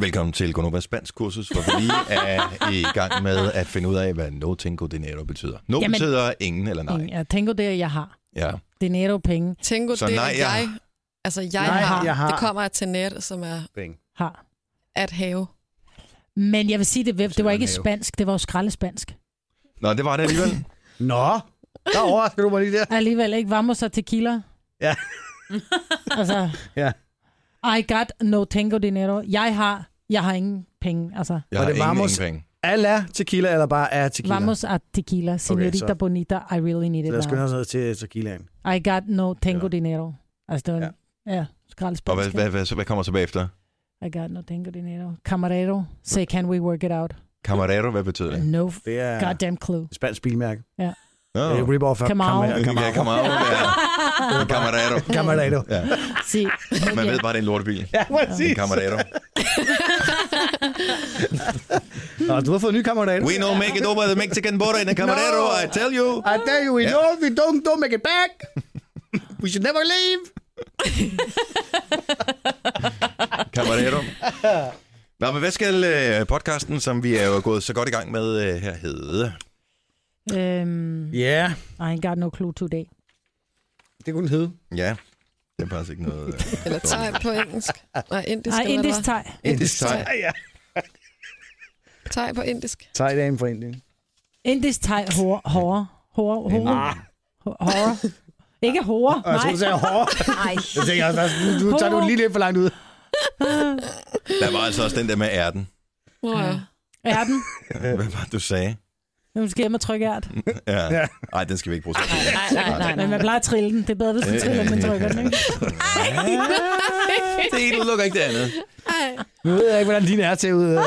Velkommen til Gunnova Spansk kursus, hvor vi lige er i gang med at finde ud af, hvad no tengo dinero betyder. No Jamen, Jamen- betyder ingen eller nej. Jeg tænker det, er, jeg har. Ja. Dinero, penge, Tænker Så det, nej, nej, jeg- jeg... jeg... Altså, jeg, Nej, nej, har, jeg jeg har. har. Det kommer af tener, som er Bang. har. at have. Men jeg vil sige, det, det var ikke Have. spansk, det var jo skraldespansk. Nå, det var det alligevel. Nå, der overrasker du mig lige der. Alligevel ikke vamos og tequila. Ja. altså, Ja. I got no tengo dinero. Jeg har, jeg har ingen penge. Altså, Jeg Var har det ingen, Vamos? ingen penge. Alla tequila, eller bare er tequila? vamos a tequila, señorita så- bonita, I really need Så it lad os skynde now. os ned til tequilaen. I got no tengo Ja. dinero. Altså, det var, ja, ja Og skraldespansk. hvad, hvad, hvad, hvad kommer så bagefter? I got no tengo dinero. Camarero, say can we work it out? Camarero, hvad betyder det? No Det er goddamn clue. et spansk bilmærke. Nå, Oh. Rip off Camaro. Ja, Camaro, ja. Camarero. Camarero. Ja. Se, Man ved bare, det er en lortebil. Ja, En præcis. Camarero. Nå, du har fået en ny Camarero. We know make it over the Mexican border in a Camarero, No. I tell you. I tell you, we Ja. know we don't, don't make it back. We should never leave. Camarero. Nå, men hvad skal øh, podcasten, som vi er jo gået så godt i gang med øh, her, hedde? øhm, Ja, yeah, I ain't got no clue today. det kunne den hedde. Ja, det er faktisk ikke noget... Øh, Eller tegn på engelsk. Nej, indisk. Ej, eller hvad indisk det teg. Indisk tegn. Ja, ja. var. tegn på indisk. Tag dagen for Indien. Indisk teg, hår, hår, hår, hår, hår. Ikke hår, Og jeg troede, du nej. sagde hård. Nej. Jeg tænker, altså, nu, nu tager du den lige lidt for langt ud. Der var altså også den der med ærten. Nå, ja. Er den? Hvad var det, du sagde? Nu skal jeg med trykært. Ja. Nej, den skal vi ikke bruge. til. Nej, nej, nej, Men nej. man plejer at trille den. Det er bedre, hvis man triller den, end trykker den, ikke? Det ene udelukker ikke det andet. Nu ved jeg ikke, hvordan din er til ud. øh.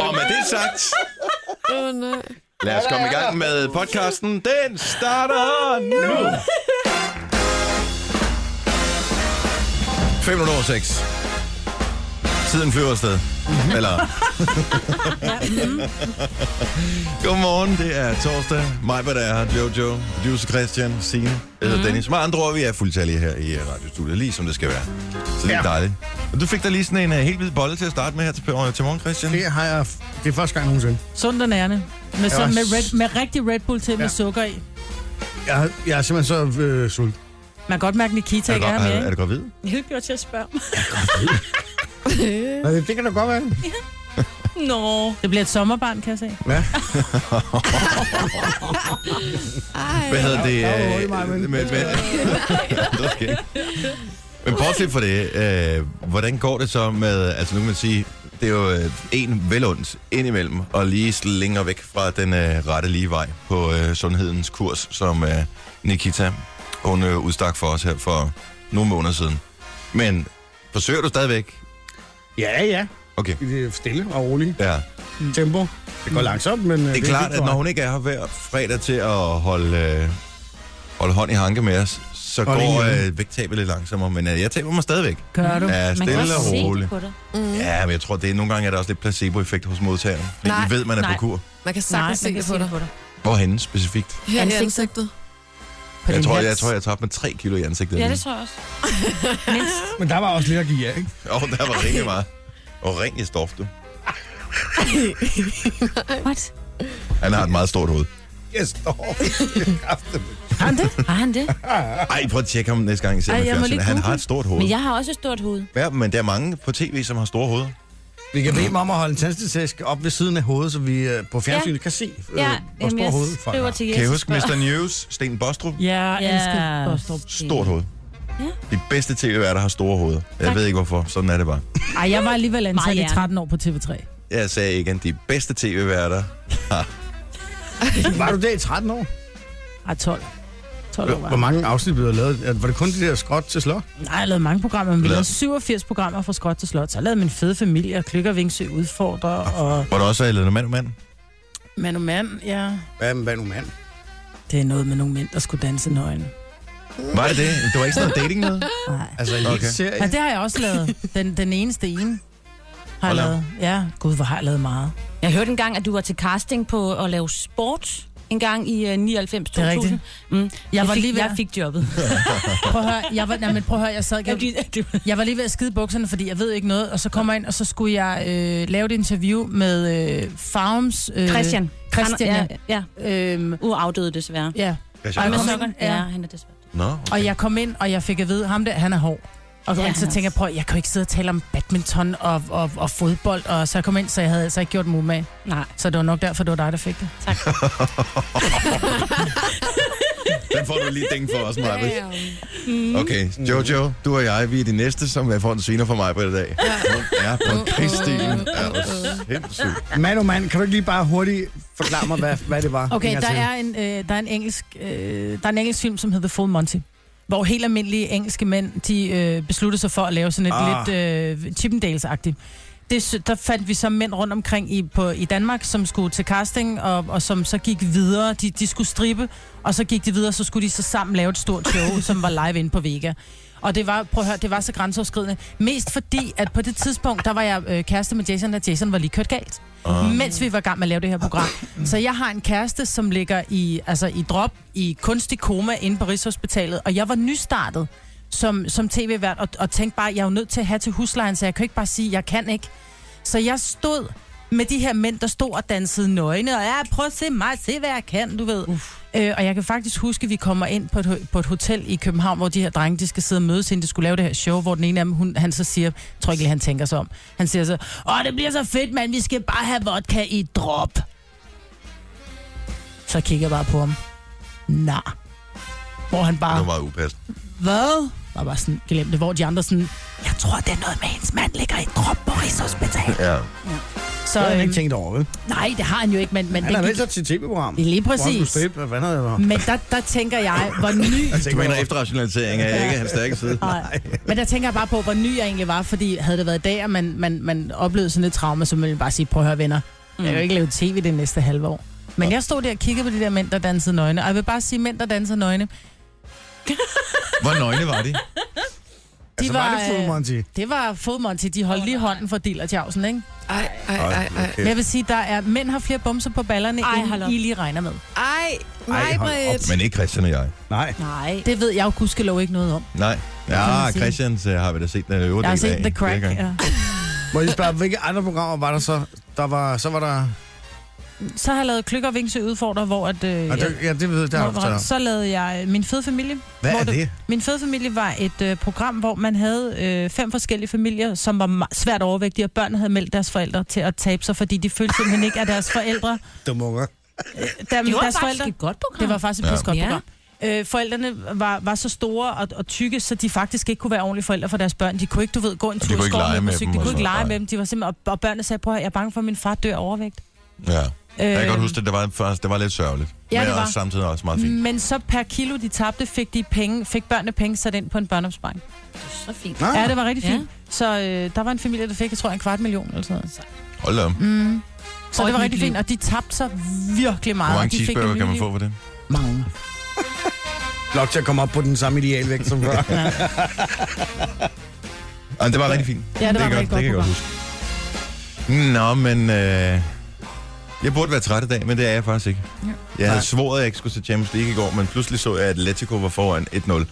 Og med det sagt, Åh, oh, nej. lad os komme i gang med podcasten. Den starter nu! 5 minutter over 6. Tiden flyver afsted. Eller... Godmorgen, det er torsdag. Mig, hvad der er her, Jojo, producer Christian, Signe, jeg hedder Dennis. Med andre ord, vi er fuldtallige her i øh, radiostudiet, lige som det skal være. Så det er dejligt. Og du fik da lige sådan en uh, helt hvid bolle til at starte med her til, øh, til morgen, Christian. Det har jeg... Det er første gang nogensinde. Sund og nærende. Med, så, var med, s- red, med rigtig Red Bull til med Ja. sukker i. Jeg, jeg er simpelthen så øh, sult. Man kan godt mærke, at Nikita Er du, ikke er her mere, er, er ikke? du gravid? Jeg gjorde til at spørge. Nå, det, det kan da godt være. Nå. Det bliver et sommerbarn, kan jeg se. Ja. Hvad hedder det? der var øh, hul i mig, men- men, men, okay. men bortset fra det, øh, hvordan går det så med, altså nu kan man sige, det er jo øh, en velunds indimellem, og lige længere væk fra den øh, rette lige vej på øh, sundhedens kurs, som øh, Nikita, hun øh, udstak for os her for nogle måneder siden. Men forsøger du stadigvæk? Ja, ja. Okay, I det stille og rolige ja. tempo. Det går langsomt, men... Det er klart, at når hun ikke er her hver fredag til at holde, øh, holde hånd i hanke med os, så Hold går hende hjemme. øh, vægttabet lidt langsommere, men øh, jeg taber mig stadigvæk. Gør du? Ja, Man kan stille også og se det roligt. på dig. Mm. Ja, men jeg tror, det er, nogle gange er der også lidt placeboeffekt hos modtageren. Fordi Nej, de ved, man er på nej. kur. Man kan Nej, man sagtens se kan det på dig. på dig. Hvorhenne specifikt? Her i Ansigtet. ansigtet. På Jeg din tror, jeg, hals. jeg tror, jeg tabte med 3 kilo i ansigtet. Ja, lige. det tror jeg også. Men der var også lidt at give jer, ikke? Åh, oh, der var rigtig meget. Og ring i stof, du. What? Han har et meget stort hoved. Jeg står Har han det? Har han det? Ej, prøv at tjekke ham næste gang, I ser Ej, ham i jeg må fjernsynet. lige Han google. har et stort hoved. Men jeg har også et stort hoved. Ja, men der er mange på tv, som har store hoveder. Vi kan bede dem om at holde en tændstiktask op ved siden af hovedet, så vi øh, på fjernsynet ja. kan se, øh, Ja, hvor jamen, stor jeg hovedet folk skriver har. til Jesus. Kan I huske Mr. News, Sten Bostrup? Ja, jeg Ja. elsker Bostrup. Stort hoved. Ja. De bedste tv-værter har store hoveder. Jeg ved ikke hvorfor. Sådan er det bare. Ej, jeg var alligevel ansat Meget i gerne. 13 år på TV3. Jeg sagde igen, de bedste tv-værter. Var du der i 13 år? Ej, 12. 12 år var Hvor mange afsnit blev der lavet? Er- Var det kun de der skråt til slot? Nej, jeg lavede mange programmer, men vi Lavede- lavede 87 programmer fra Skråt til Slot. Så jeg lavede min fede familie, og Klykker Vingsø udfordrer, og Var du også Elena Mand Mand? mand og mand, ja. Hvad, hvad er nu mand? Det er noget med nogle mænd, der skulle danse nøgen. Var det det? Det var ikke sådan noget dating noget? Nej. Altså, en okay. Okay. serie? Ja, det har jeg også lavet. Den, den eneste ene har jeg Hold da op. lavet. Ja, gud, hvor har jeg lavet meget. Jeg hørte engang, at du var til casting på at lave sport. en gang i øh, 99 Det er 2000. rigtigt. Mm. Jeg, var fik, lige ved- jeg fik jobbet. Prøv at høre, jeg var, nej, men prøv at høre, jeg sad Ja, fordi- det var- Jeg var lige ved at skide i bukserne, fordi jeg ved ikke noget, og så kommer jeg ind, og så skulle jeg øh, lave et interview med øh, Farms... Øh, Christian. Christian, Han, ja. ja. ja. Øhm, Uafdøde desværre. ja. Christian Og jeg, Andersen. Med kom sokkerne? ind, Ja, ja. han er desværre. død. Nå, okay. og jeg kom ind, og jeg fik at vide, ham der, han er hård. Og Ja, ja, så han er tænker jeg, prøv, jeg kan jo ikke sidde og tale om badminton og, og, og fodbold, og så jeg kom ind, så jeg havde altså ikke gjort mig umage. Nej. Så det var nok derfor, det var dig, der fik det. Den får du lige dænge for os, Maja. Damn. Okay, Jojo, du og jeg, vi er de næste, som jeg får en sviner for mig på i dag. Hun er på Kristin. Er du sindssygt? Mand og mand, kan du ikke lige bare hurtigt forklare mig, hvad, hvad det var? Okay, en gang der til? er, en, øh, der, er en engelsk, øh, der er en engelsk film, som hedder The Full Monty. Hvor helt almindelige engelske mænd, de øh, besluttede sig for at lave sådan et Ah. ah. lidt øh, Chippendales-agtigt. Det, sy- der fandt vi så mænd rundt omkring i, på, i Danmark, som skulle til casting, og, og som så gik videre. De, de skulle stribe, og så gik de videre, så skulle de så sammen lave et stort show, som var live inde på Vega. Og det var, prøv at høre, det var så grænseoverskridende. Mest fordi, at på det tidspunkt, der var jeg øh, kæreste med Jason, og Jason var lige kørt galt Ah. mens vi var i gang med at lave det her program. Så jeg har en kæreste, som ligger i, altså i drop i kunstig koma inde på Rigshospitalet, og jeg var nystartet som, som tv-vært, og, og tænkte bare, jeg er jo nødt til at have til huslejen, så jeg kan ikke bare sige, jeg kan ikke. Så jeg stod med de her mænd, der stod og dansede nøgne, og ja, prøv at se mig, se hvad jeg kan, du ved. Øh, og jeg kan faktisk huske, at vi kommer ind på et, ho- på et hotel i København, hvor de her drenge, de skal sidde og mødes, inden de skulle lave det her show, hvor den ene af dem, hun, han så siger, jeg tror ikke lige, han tænker sig om, han siger så, åh, det bliver så fedt, mand, vi skal bare have vodka i drop. Så kigger jeg bare på ham. Nej. Hvor han bare Det var upassende. hvad? Var bare sådan, glem det, hvor de andre sådan, jeg tror, det er noget med, at hendes mand ligger i drop på Rigshospitalet. Ja. Så Det har han øhm, ikke tænkt over, vel? nej, det har han jo ikke, men, men Han er det, nødt gik, til til tv-program. det er lige Hvor han skulle præcis. strippe, Hvad fanden er det, der? Men der, der tænker jeg, hvor ny... Jeg Du tænker mener over- efterrationalisering er ikke hans stærke side. Nej. Men der tænker jeg bare på, hvor ny jeg egentlig var, fordi havde det været i dag, og man, man, man oplevede sådan et traume, så ville jeg bare sige, prøv at høre venner, mm. jeg kan jo ikke lave tv det næste halve år. Men jeg stod der og kiggede på de der mænd, der dansede nøgne, og jeg vil bare sige, mænd, der dansede nøgne, Hvor nøgne var de? Altså, var det øh, Full Monty? det var fodmonti, de holdt lige hånden for Dil og Tjavsen, ikke? Ej, ej, ej, ej. Men jeg vil sige, der er, mænd har flere bumser på ballerne, Ej, Ej, hold op. end I lige regner med. Ej, Ej, mig, hold Britt. Men ikke Christian og jeg. Nej. Nej. Det ved jeg jo gudskelov ikke noget om. Nej. kan Ja, man sige. Christians øh, har vi da set den øvrige Jeg har del set af The flere Crack. gange. Ja. Må jeg lige spørge, hvilke andre programmer var der så? Der var, så var der... Så har jeg lavet Klykker og Vingse udfordrer, hvor at... Øh, Ja, det, ja, det ved jeg, der hvor, er var- så lavede jeg øh, Min Fede Familie. Hvad hvor er du- det? Min Fede Familie var et øh, program, hvor man havde øh, fem forskellige familier, som var me- svært overvægtige, og børn havde meldt deres forældre til at tabe sig, fordi de følte simpelthen ikke, at deres forældre... Dumme unger. Der, Det deres var faktisk forældre, et godt program. Det var faktisk et Ja. ja. godt Ja. program. Øh, forældrene var, var så store og, og tykke, så de faktisk ikke kunne være ordentlige forældre for deres børn. De kunne ikke, du ved, gå en tur kunne i ikke lege skoven med med musik. dem De og kunne ikke sådan lege noget. med dem. De var simpelthen, og, og børnene sagde, prøv at høre, jeg er bange for, at min far dør af overvægt. Ja. Jeg kan Øh, godt huske, at det var, først, det var lidt sørgeligt. Ja, det Men var. Mm. også samtidig også meget fint. Men så per kilo, de tabte, fik, de penge, fik børnene penge sat ind på en børneopsparing. Så fint. Ah. Nå, Ja, det var rigtig Ja. fint. Så øh, der var en familie, der fik, jeg tror, en kvart million eller sådan noget. Hold da om. Mm. Så Og det et var nyt rigtig fint, liv. og de tabte sig virkelig meget. Hvor mange og de fik cheeseburger et kan man nyt liv. få for det? Mange. Blok til at komme op på den samme idealvægt som før. Ah, det var rigtig fint. Ja, det, var kan et rigtig godt, jeg program. huske. Nå, men... Øh, jeg burde være træt i dag, men det er jeg faktisk ikke. Jeg havde svoret, at jeg ikke skulle se Champions League i går, men pludselig så jeg, at Atletico var foran 1-0.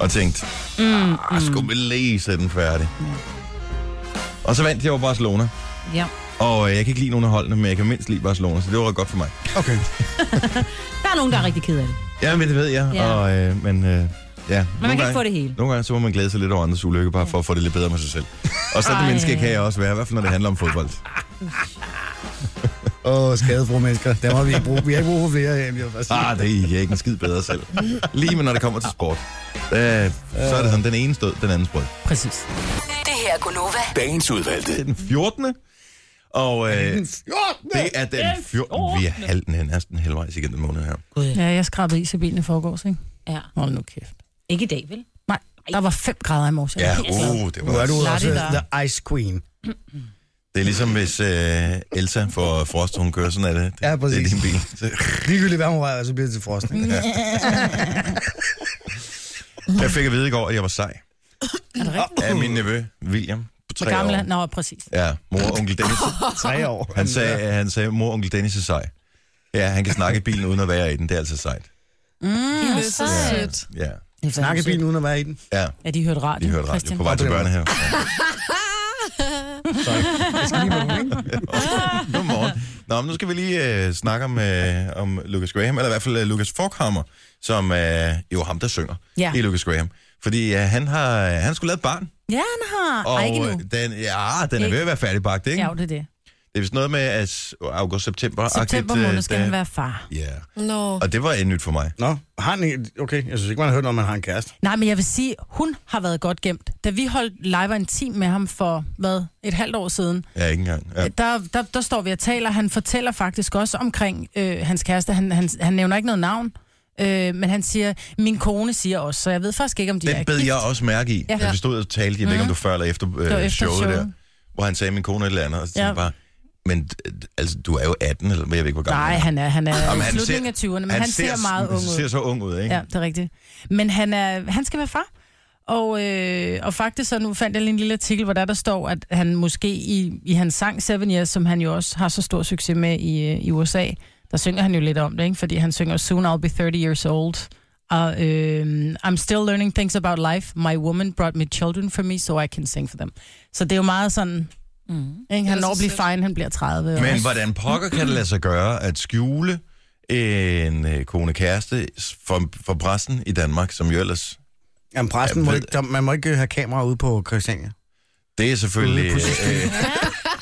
Og tænkte, Mm, ah, skulle vi lige se den færdig? Og så vandt jeg over Barcelona. Ja. Og øh, jeg kan ikke lide nogen af holdene, men jeg kan mindst lide Barcelona, så det var godt for mig. Okay. Der er nogen, der er rigtig ked af det. Ja, men det ved jeg. Ja. Og, øh, men øh, ja, Men man kan gange, ikke få det hele. nogle gange så må man glæde sig lidt over andres ulykke, bare for at få det lidt bedre med sig selv. Og sådan et Ej. menneske kan jeg også være, i hvert fald når det handler om fodbold. Åh, skadefru mennesker. Der må vi ikke bruge. Vi har ikke brug for flere af dem, jeg vil bare sige. Ah, det er jeg ikke en skid bedre selv. Lige med, når det kommer til sport. Øh, så er det sådan, den ene stød, den anden sprød. Præcis. Det her er Gunova. Dagens udvalgte. Det er den 14. Og øh, det er den 14. Vi er halv, næsten halvvejs igen den måned her. Ja, jeg skrabede is i bilen i forgårs, ikke? Ja. Hold nu kæft. Ikke i dag, vel? Nej, der var 5 grader i morges. Ja, uh, det var Nu er du også. også Lad det the ice queen. Det er ligesom hvis øh, Elsa får frost, hun kører sådan af det. Ja, præcis. Det er din bil. Så- Ligegyldigt hvad hun rører, så bliver det til frosting. Jeg fik at vide i går, at jeg var sej. Er det rigtigt? Af min nevø, William, på Hvor tre gammel er år. han? Nå, præcis. Ja, mor og onkel Dennis. Tre år. Han sagde, han sagde mor og onkel Dennis er sej. Ja, han kan snakke i bilen uden at være i den. Det er altså sejt. Det er så sødt. Ja, Det er Snakke i bilen uden at være i den. ja. Ja, de hørte radio. De hørte radio Christian. på vej til børne her. Sorry. Jeg skal lige vågne, ikke? Godmorgen. Nå, men nu skal vi lige øh, snakke om, øh, om Lucas Graham, eller i hvert fald øh, Lucas Forkhammer, som øh, jo er ham, der synger Ja. i Lucas Graham. Fordi øh, han har øh, han skulle lave et barn, Ja, han har. Og, Ej, ikke nu. øh, den, ja, den er Ikke. ved at være færdigbagt, ikke? Ja, jo, det er det. Det er vist noget med at august-september. September måned skal han være far. øh, Ja, yeah. Nå. og det var en nyt for mig. Nå, har han en... Okay, jeg synes ikke, man har hørt, når man har en kæreste. Nej, men jeg vil sige, hun har været godt gemt. Da vi holdt live og intim med ham for, hvad, et halvt år siden, Ja, ikke engang. Ja. der, der, der står vi og taler. Han fortæller faktisk også omkring øh, hans kæreste. Han, han, han nævner ikke noget navn, øh, men han siger, min kone siger også, så jeg ved faktisk ikke, om de er Den bed gift. jeg også mærke i, Ja. Mhm. ja. da vi stod og talte, jeg ved ikke, om du før eller efter, øh, var efter efter showet, showet. der, hvor han sagde min kone et eller andet, og så tænkte Ja. jeg bare, men d- d- altså, du er jo 18, eller jeg ved ikke, hvor gammel Nej, han er. han er, han er Jamen, i han slutningen af ser- 20'erne, men han, han ser, ser meget ung ud. ser så ung ud, ikke? Ja, det er rigtigt. Men han, er, han skal være far. Og, øh, og faktisk så nu fandt jeg lige en lille artikel, hvor der, der står, at han måske i, i hans sang Seven Years, som han jo også har så stor succes med i, øh, i USA, der synger han jo lidt om det, ikke? fordi han synger Soon I'll be 30 years old. Og øh, I'm still learning things about life. My woman brought me children for me, so I can sing for them. Så det er jo meget sådan, Mm. ikke? han er når at så blive sødt. fine, han bliver 30. og- Men hvordan pokker kan det lade sig gøre at skjule en øh, kone kæreste for, for pressen i Danmark, som jo ellers... Jamen, præsten Jeg må ved ikke, der, man må ikke øh, have kamera ude på Christiania. Det er selvfølgelig... Ude på Øh,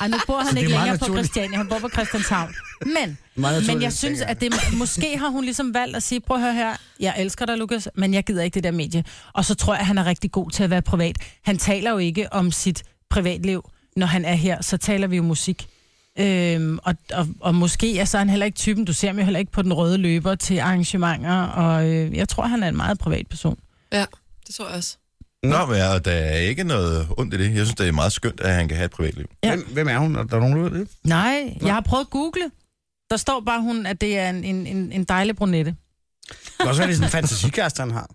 Ej, nu bor han det er ikke meget længere på naturligt. Christiania, han bor på Christianshavn. Men, naturligt, men jeg tænker synes, jeg. at det, måske har hun ligesom valgt at sige, prøv at høre her, jeg elsker dig, Lukas, men jeg gider ikke det der medie. Og så tror jeg, at han er rigtig god til at være privat. Han taler jo ikke om sit privatliv, når han er her, så taler vi jo musik. Øhm, og, og, og måske er så han heller ikke typen, du ser ham jo heller ikke på den røde løber til arrangementer, og øh, jeg tror, han er en meget privat person. Ja, det tror jeg også. Nå, men ja, der er ikke noget ondt i det. Jeg synes, det er meget skønt, at han kan have et privatliv. Ja. Ja. Hvem, hvem er hun? Er der nogen, der ved det? Nej, jeg har prøvet at google. Der står bare hun, at det er en, en, en, en dejlig brunette. Det kan også være, det er sådan en fantasikæreste, han har.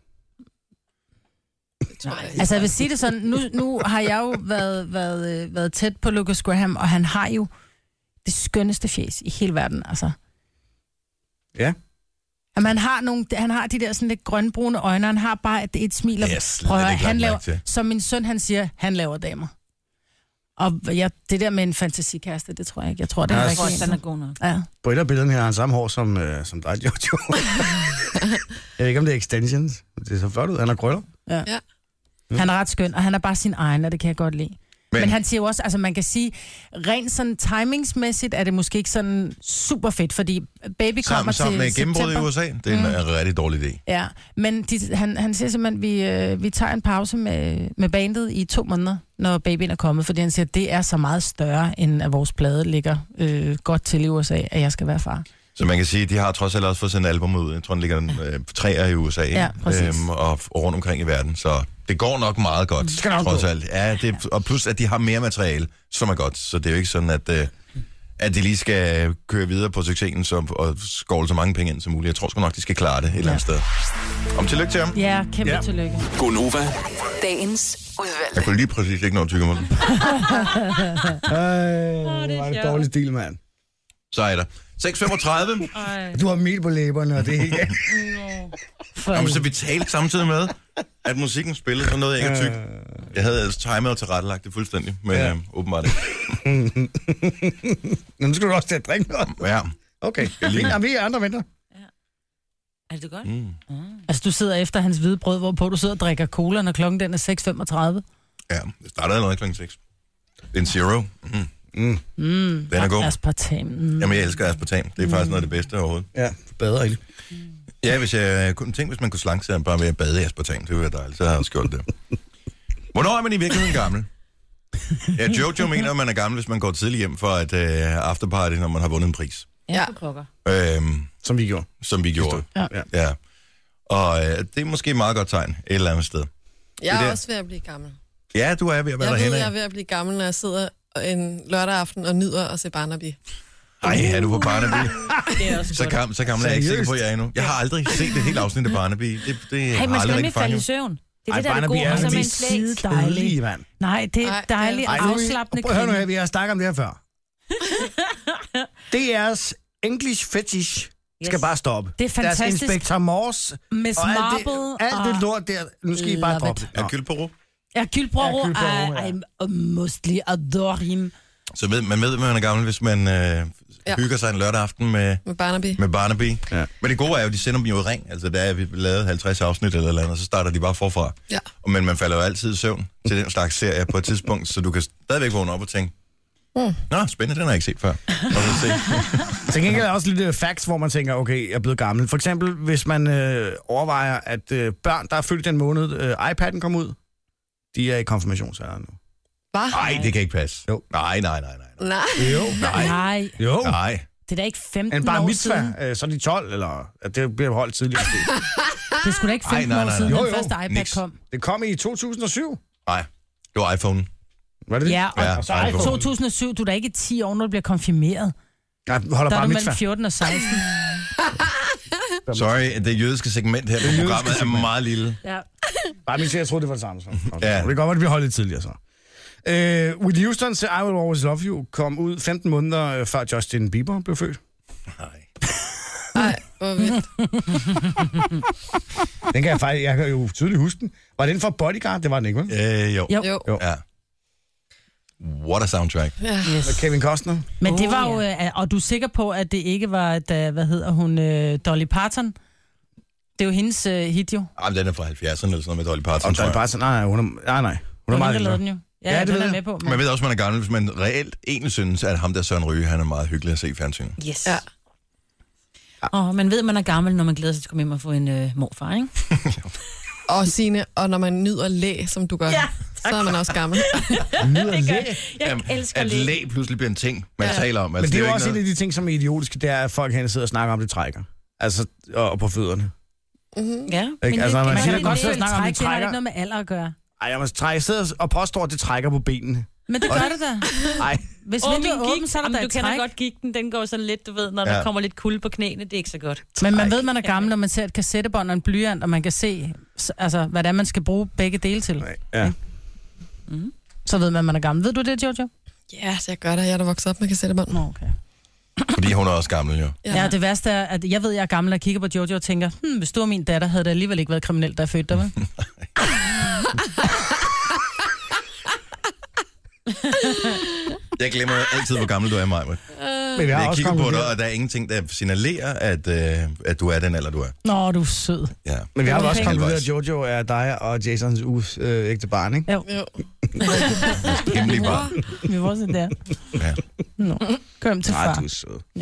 Det tror jeg. Altså jeg vil sige det sådan, nu, nu har jeg jo været, været, øh, været tæt på Lucas Graham, og han har jo det skønneste fjes i hele verden, altså. Ja. Jamen, han, har nogle, han har de der sådan lidt grønbrune øjne, og han har bare et, et smil. og- Det er slet Prøv at høre, ikke lagt han mærke laver, til. som min søn, han siger, han laver damer. Og jeg, det der med en fantasikæreste, det tror jeg ikke. Jeg tror, det Ja, er Jeg jeg tror også, rigtig den en. er god nok. Ja. På et af billederne her har han samme hår som, øh, som dig, Jojo. jeg ved ikke, om det er extensions. Det ser flot ud. Han har krøller. Han er ret skøn, og han er bare sin egen, og det kan jeg godt lide. Men- Men, Men han siger jo også, altså man kan sige, rent sådan timingsmæssigt er det måske ikke sådan super fedt, fordi baby Sammen, kommer sammen med til gennembrud i september. USA, det er en mm. rigtig dårlig idé. Ja, men de, han, han siger simpelthen, at vi, øh, vi tager en pause med, med bandet i to måneder, når babyen er kommet, fordi han siger, at det er så meget større, end at vores plade ligger øh, godt til i USA, at jeg skal være far. Så man kan sige, at de har trods alt også fået sendt album ud. Jeg tror, den ligger den, øh, på træer i USA ikke? Øhm, Ja, præcis. og f- rundt omkring i verden. Så det går nok meget godt, skal nok trods gå. alt. Ja, det, og plus, at de har mere materiale, som er godt. Så det er jo ikke sådan, at, øh, at de lige skal køre videre på succesen som, og skåle så mange penge ind som muligt. Jeg tror sgu nok, de skal klare det et eller andet sted. Om tillykke til ham. Ja, kæmpe ja. tillykke. Gonova. Dagens udvalgte. Jeg kunne lige præcis ikke nå at tykke mig. Ej, det er hvor er det sjovt. dårlig stil, mand. Så er der. 6.35. Du har mel på læberne, og det er ikke... For, Jamen, så vi talte samtidig med, at musikken spillede, så noget jeg ikke tyk. Øh, Jeg havde ellers timet og tilrettelagt det fuldstændig, men ja. Ja. øh, åbenbart ikke. Nå, nu skal du også til at drikke noget. Ja. Okay, lige- fint. Jamen, vi andre venter. Er det godt? Mm. altså, du sidder efter hans hvide brød, hvorpå du sidder og drikker cola, når klokken den er 6.35. Ja, det startede allerede klokken 6. En zero. Mm. Mm. Mm, Den er god. Aspartam. Mm. Jamen, jeg elsker aspartam. Det er faktisk noget af det bedste overhovedet. Ja, bedre ikke. Ja, hvis jeg øh, kunne tænke, hvis man kunne slanke sig bare ved at bade i aspartam, det ville være dejligt. Så havde jeg også gjort det. Hvornår er man i virkeligheden gammel? Ja, Jojo mener, at man er gammel, hvis man går tidligt hjem for et øh, afterparty, når man har vundet en pris. Ja, for pokker. Øhm, Som vi gjorde. som vi gjorde. Ja. ja. Og øh, det er måske et meget godt tegn et eller andet sted. Jeg Det er der- også ved at blive gammel. Ja, du er ved at være Jeg ved, derhenne. jeg er ved at blive gammel, når jeg sidder en lørdag aften og nyder at se Barnaby. Ej, er du på Barnaby? Det er også Så, gam, så gammel er jeg ikke sikker på, at jeg er endnu. Jeg har aldrig set det hele afsnit af Barnaby. Det, det Hey, har man skal aldrig rigtig nemlig falde i fanget. søvn. Det er Ej, det, der er det Barnaby gode, er og så med en nemlig slæg. Skide Kedelig, dejligt. mand. Nej, det Ej, er det er- dejligt Ej, afslappende Prøv at høre nu kring. her, vi har snakket om det her før. DR's English fetish yes. skal Yes. bare stoppe. Det er Deres fantastisk. Inspector Morse Miss og alt det, Marple. alt det og- lort der. Nu skal I bare Love droppe it. det. Er Kylporo? Hercule Poirot. Hercule Poirot, I, ja. I mostly adore him. Så ved, man ved, at man er gammel, hvis man øh, Ja. hygger sig en lørdag aften med, med Barnaby. med Barnaby. Ja. Men det gode er jo, at de sender dem jo i ring. Altså, der er vi lavet 50 afsnit eller et eller andet, og så starter de bare forfra. Ja. Og- Men man falder jo altid i søvn til den slags serie på et tidspunkt, så du kan stadigvæk vågne op og tænke, mm. Nå, spændende, den har jeg ikke set før. Og så se. Til gengæld er der også lidt øh, facts, hvor man tænker, okay, jeg er blevet gammel. For eksempel, hvis man øh, overvejer, at øh, børn, der er født den måned, øh, iPad'en kom ud, de er i konfirmationsalderen nu. Hva? Nej, det kan ikke passe. Jo. Nej, nej, nej, nej. nej. Nej. Jo. Nej. Nej, Jo. Nej. det er da ikke 15 En bar år siden. mitzvah, øh, så er de 12, eller at det bliver holdt tidligere. Det, Det skulle da ikke Ej, 15 nej, år nej, siden, nej. Jo, den jo. første iPad Niks. kom. det kom i 2007. Nej. Det var iPhone. Var det det? Ja, og Ja, og så iPhone. iPhone. 2007, du er da ikke 10 år, når du bliver konfirmeret. Nej, holder Der er bare du mellem mitzvah. 14 og 16. Sorry, det jødiske segment her på programmet er meget lille. Ja. Bare mitzvah, jeg troede, det var det samme. Så. Ja. ja. Det kan godt være, det bliver holdt lidt tidligere så. Uh, Whitney Houston's I Will Always Love You kom ud 15 måneder øh, før Justin Bieber blev født. Nej. Nej, hvor vildt. Den kan jeg faktisk, jeg kan jo tydeligt huske den. Var den fra Bodyguard? Det var den ikke, vel? Øh, jo. Jo. Jo. Jo. Ja. What a soundtrack. Ja. Yes. Med Kevin Costner. Men det Oh, var jo, øh, og du er sikker på, at det ikke var, da, hvad hedder hun, øh, Dolly Parton? Det er jo hendes øh, hit jo. Hun Ej, men den er fra 70'erne eller sådan noget med Dolly Parton, Og tror der er jeg. bare sådan, nej, nej, hun er, nej, nej. Hun er meget lavede den ældre. jo. Ja, Ja, ja det det den ved er jeg. med på. Man Men... ved også, man er gammel, hvis man reelt egentlig synes, at ham der Søren Ryge, han er meget hyggelig at se i fjernsynet. Yes. Ja. Ja. Og man ved, man er gammel, når man glæder sig til at komme hjem og få en øh, morfar, ikke? Og Signe, og når man nyder læ, som du gør, ja, så er man også gammel. Nyder læ. Jeg Jamen, at læ pludselig bliver en ting, man ja. taler om. Altså, Men Altså, det er jo ikke også en noget- af de ting, som er idiotiske, det er, at folk hen sidder og snakker om, det trækker. Altså, og, og på fødderne. Mm-hmm. Ja, Ikke? Altså, man Man siger, kan at godt sidde og snakke om, trække, det det har ikke trækker. noget med alder at gøre. Ej, jeg må trække, jeg sidder og påstår, at det trækker på benene. Men det gør det da. Ej, Hvis Åh, vinduet min er gik. åbent, så er der Jamen, da du et kender træk. godt gigten, den går sådan lidt, du ved, når ja. Ja. der kommer lidt kulde på knæene, det er ikke så godt. Men man ved, man er gammel, når man ser et kassettebånd og en blyant, og man kan se, s- altså, hvad det er, man skal bruge begge dele til. ja. Så ved man, at man er gammel. Ved du det, Jojo? Ja, yes, jeg gør det. Jeg er da vokset op med kassettebånd. Nå, okay. Fordi hun er også gammel, jo. Ja, det værste er, at jeg ved, at jeg er gammel og kigger på Jojo og tænker, hmm, hvis du var min datter, havde det alligevel ikke været kriminelt, da jeg fødte dig, vel? Jeg glemmer altid, hvor gammel du er, Maja. Men vi har Jeg også kigger på dig, konkluderet, og der er ingenting, der signalerer, at, øh, at du er den alder, du er. Nå, du er sød. Ja. men vi har Okay. også konkluderet, at Halvvejs. Jojo er dig og Jasons us øh, ægte barn, ikke? Jo. Hemmelig bare. Vi var sådan der. Ja. Nå, gå hjem til Nej, far. du er sød. Du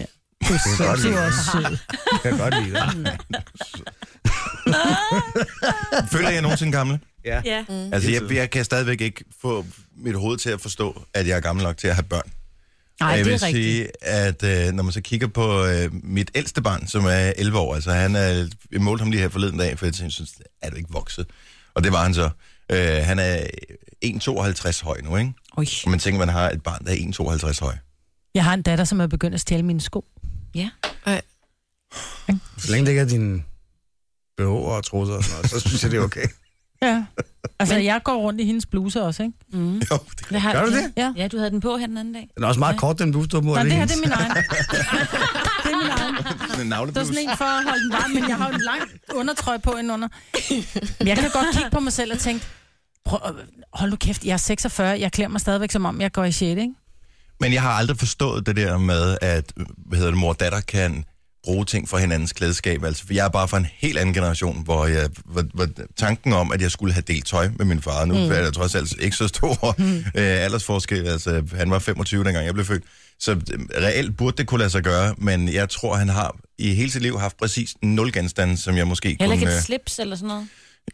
er sød. godt Du lide. er også sød. Jeg kan godt lide Mm. det. Føler jeg nogensinde gammel? Ja. Ja. Altså, jeg, jeg kan stadigvæk ikke få mit hoved til at forstå, at jeg er gammel nok til at have børn. Nej, Og jeg det vil er rigtigt. sige, at øh, når man så kigger på øh, mit ældste barn, som er 11 år, altså han er, jeg målte ham lige her forleden dag, for jeg tænkte, synes, er du ikke vokset? Og det var han så. Øh, han er 1,52 høj nu, ikke? Oj. Og man tænker, man har et barn, der er 1,52 høj. Jeg har en datter, som er begyndt at stjæle mine sko. Så længe det ikke er dine BH'er og trusser og sådan noget, så synes jeg, det er okay. Ja. Altså, jeg går rundt i hendes bluse også, ikke? Mm. Jo, det Hvad har Gør du du det? Ja. Ja, du havde den på her den anden dag. Den er også meget kort, den bus, du har på. Nej, det her, hendes? det er min egen. Det er min egen. er en Det var navleblus. sådan en for at holde den varm, men jeg har jo en lang undertrøje på indenunder. Men jeg kan godt kigge på mig selv og tænke, prøv, at- hold nu kæft, jeg er 46, jeg klæder mig stadigvæk som om, jeg går i 6. Ikke? Men jeg har aldrig forstået det der med, at hvad hedder det, mor og datter kan bruge ting fra hinandens klædeskab. Altså, for jeg er bare fra en helt anden generation, hvor, jeg, hvor, hvor tanken om, at jeg skulle have delt tøj med min far, nu mm. er der trods alt ikke så stor mm. øh, aldersforskel. Altså, han var 25, dengang jeg blev født. Så øh, reelt burde det kunne lade sig gøre, men jeg tror, han har i hele sit liv haft præcis nul genstande, som jeg måske Heller kunne... ikke et slips eller sådan noget.